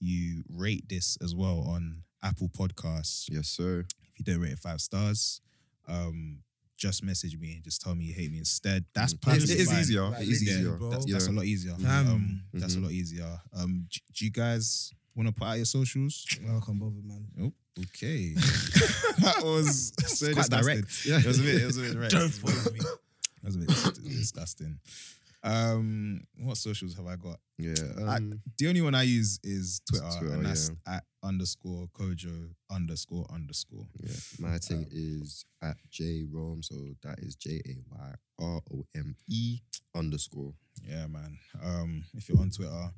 S2: you rate this as well on Apple Podcasts.
S3: Yes, sir.
S2: If you don't rate it five stars, um, just message me and just tell me you hate me instead. That's
S3: Mm. It
S2: perfectly
S3: is
S2: fine.
S3: easier. It is
S2: Yeah,
S3: easier.
S10: bro.
S3: That's-
S2: That's
S3: yeah.
S2: a lot easier.
S10: Fam.
S2: Um, that's
S3: Mhm.
S2: a lot easier. Um, d- do you guys want to put out your socials?
S10: Welcome, bother, man.
S2: Oh, okay. that was so
S3: quite
S2: disgusting.
S3: direct. Yeah.
S2: It was a bit. It was a bit direct.
S10: Don't
S2: It
S10: follow me.
S2: was a bit dis- disgusting. Um, what socials have I got?
S3: Yeah.
S2: I-
S3: um,
S2: The only one I use is Twitter,
S3: Twitter,
S2: and that's
S3: yeah.
S2: at underscore kojo underscore underscore.
S3: yeah. My thing is at J Rome, so that is J A Y R O M E underscore.
S2: Yeah, man. Um, if you're on Twitter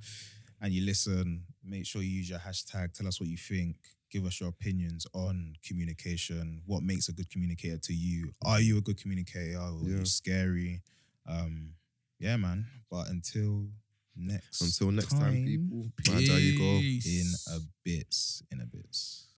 S2: and you listen, make sure you use your hashtag. Tell us what you think. Give us your opinions on communication. What makes a good communicator to you? Are you a good communicator? Are
S3: Yeah.
S2: you scary? Um, yeah, man. But until next
S3: Until next time, people. Mind how you go.
S2: in a bits, in a bits.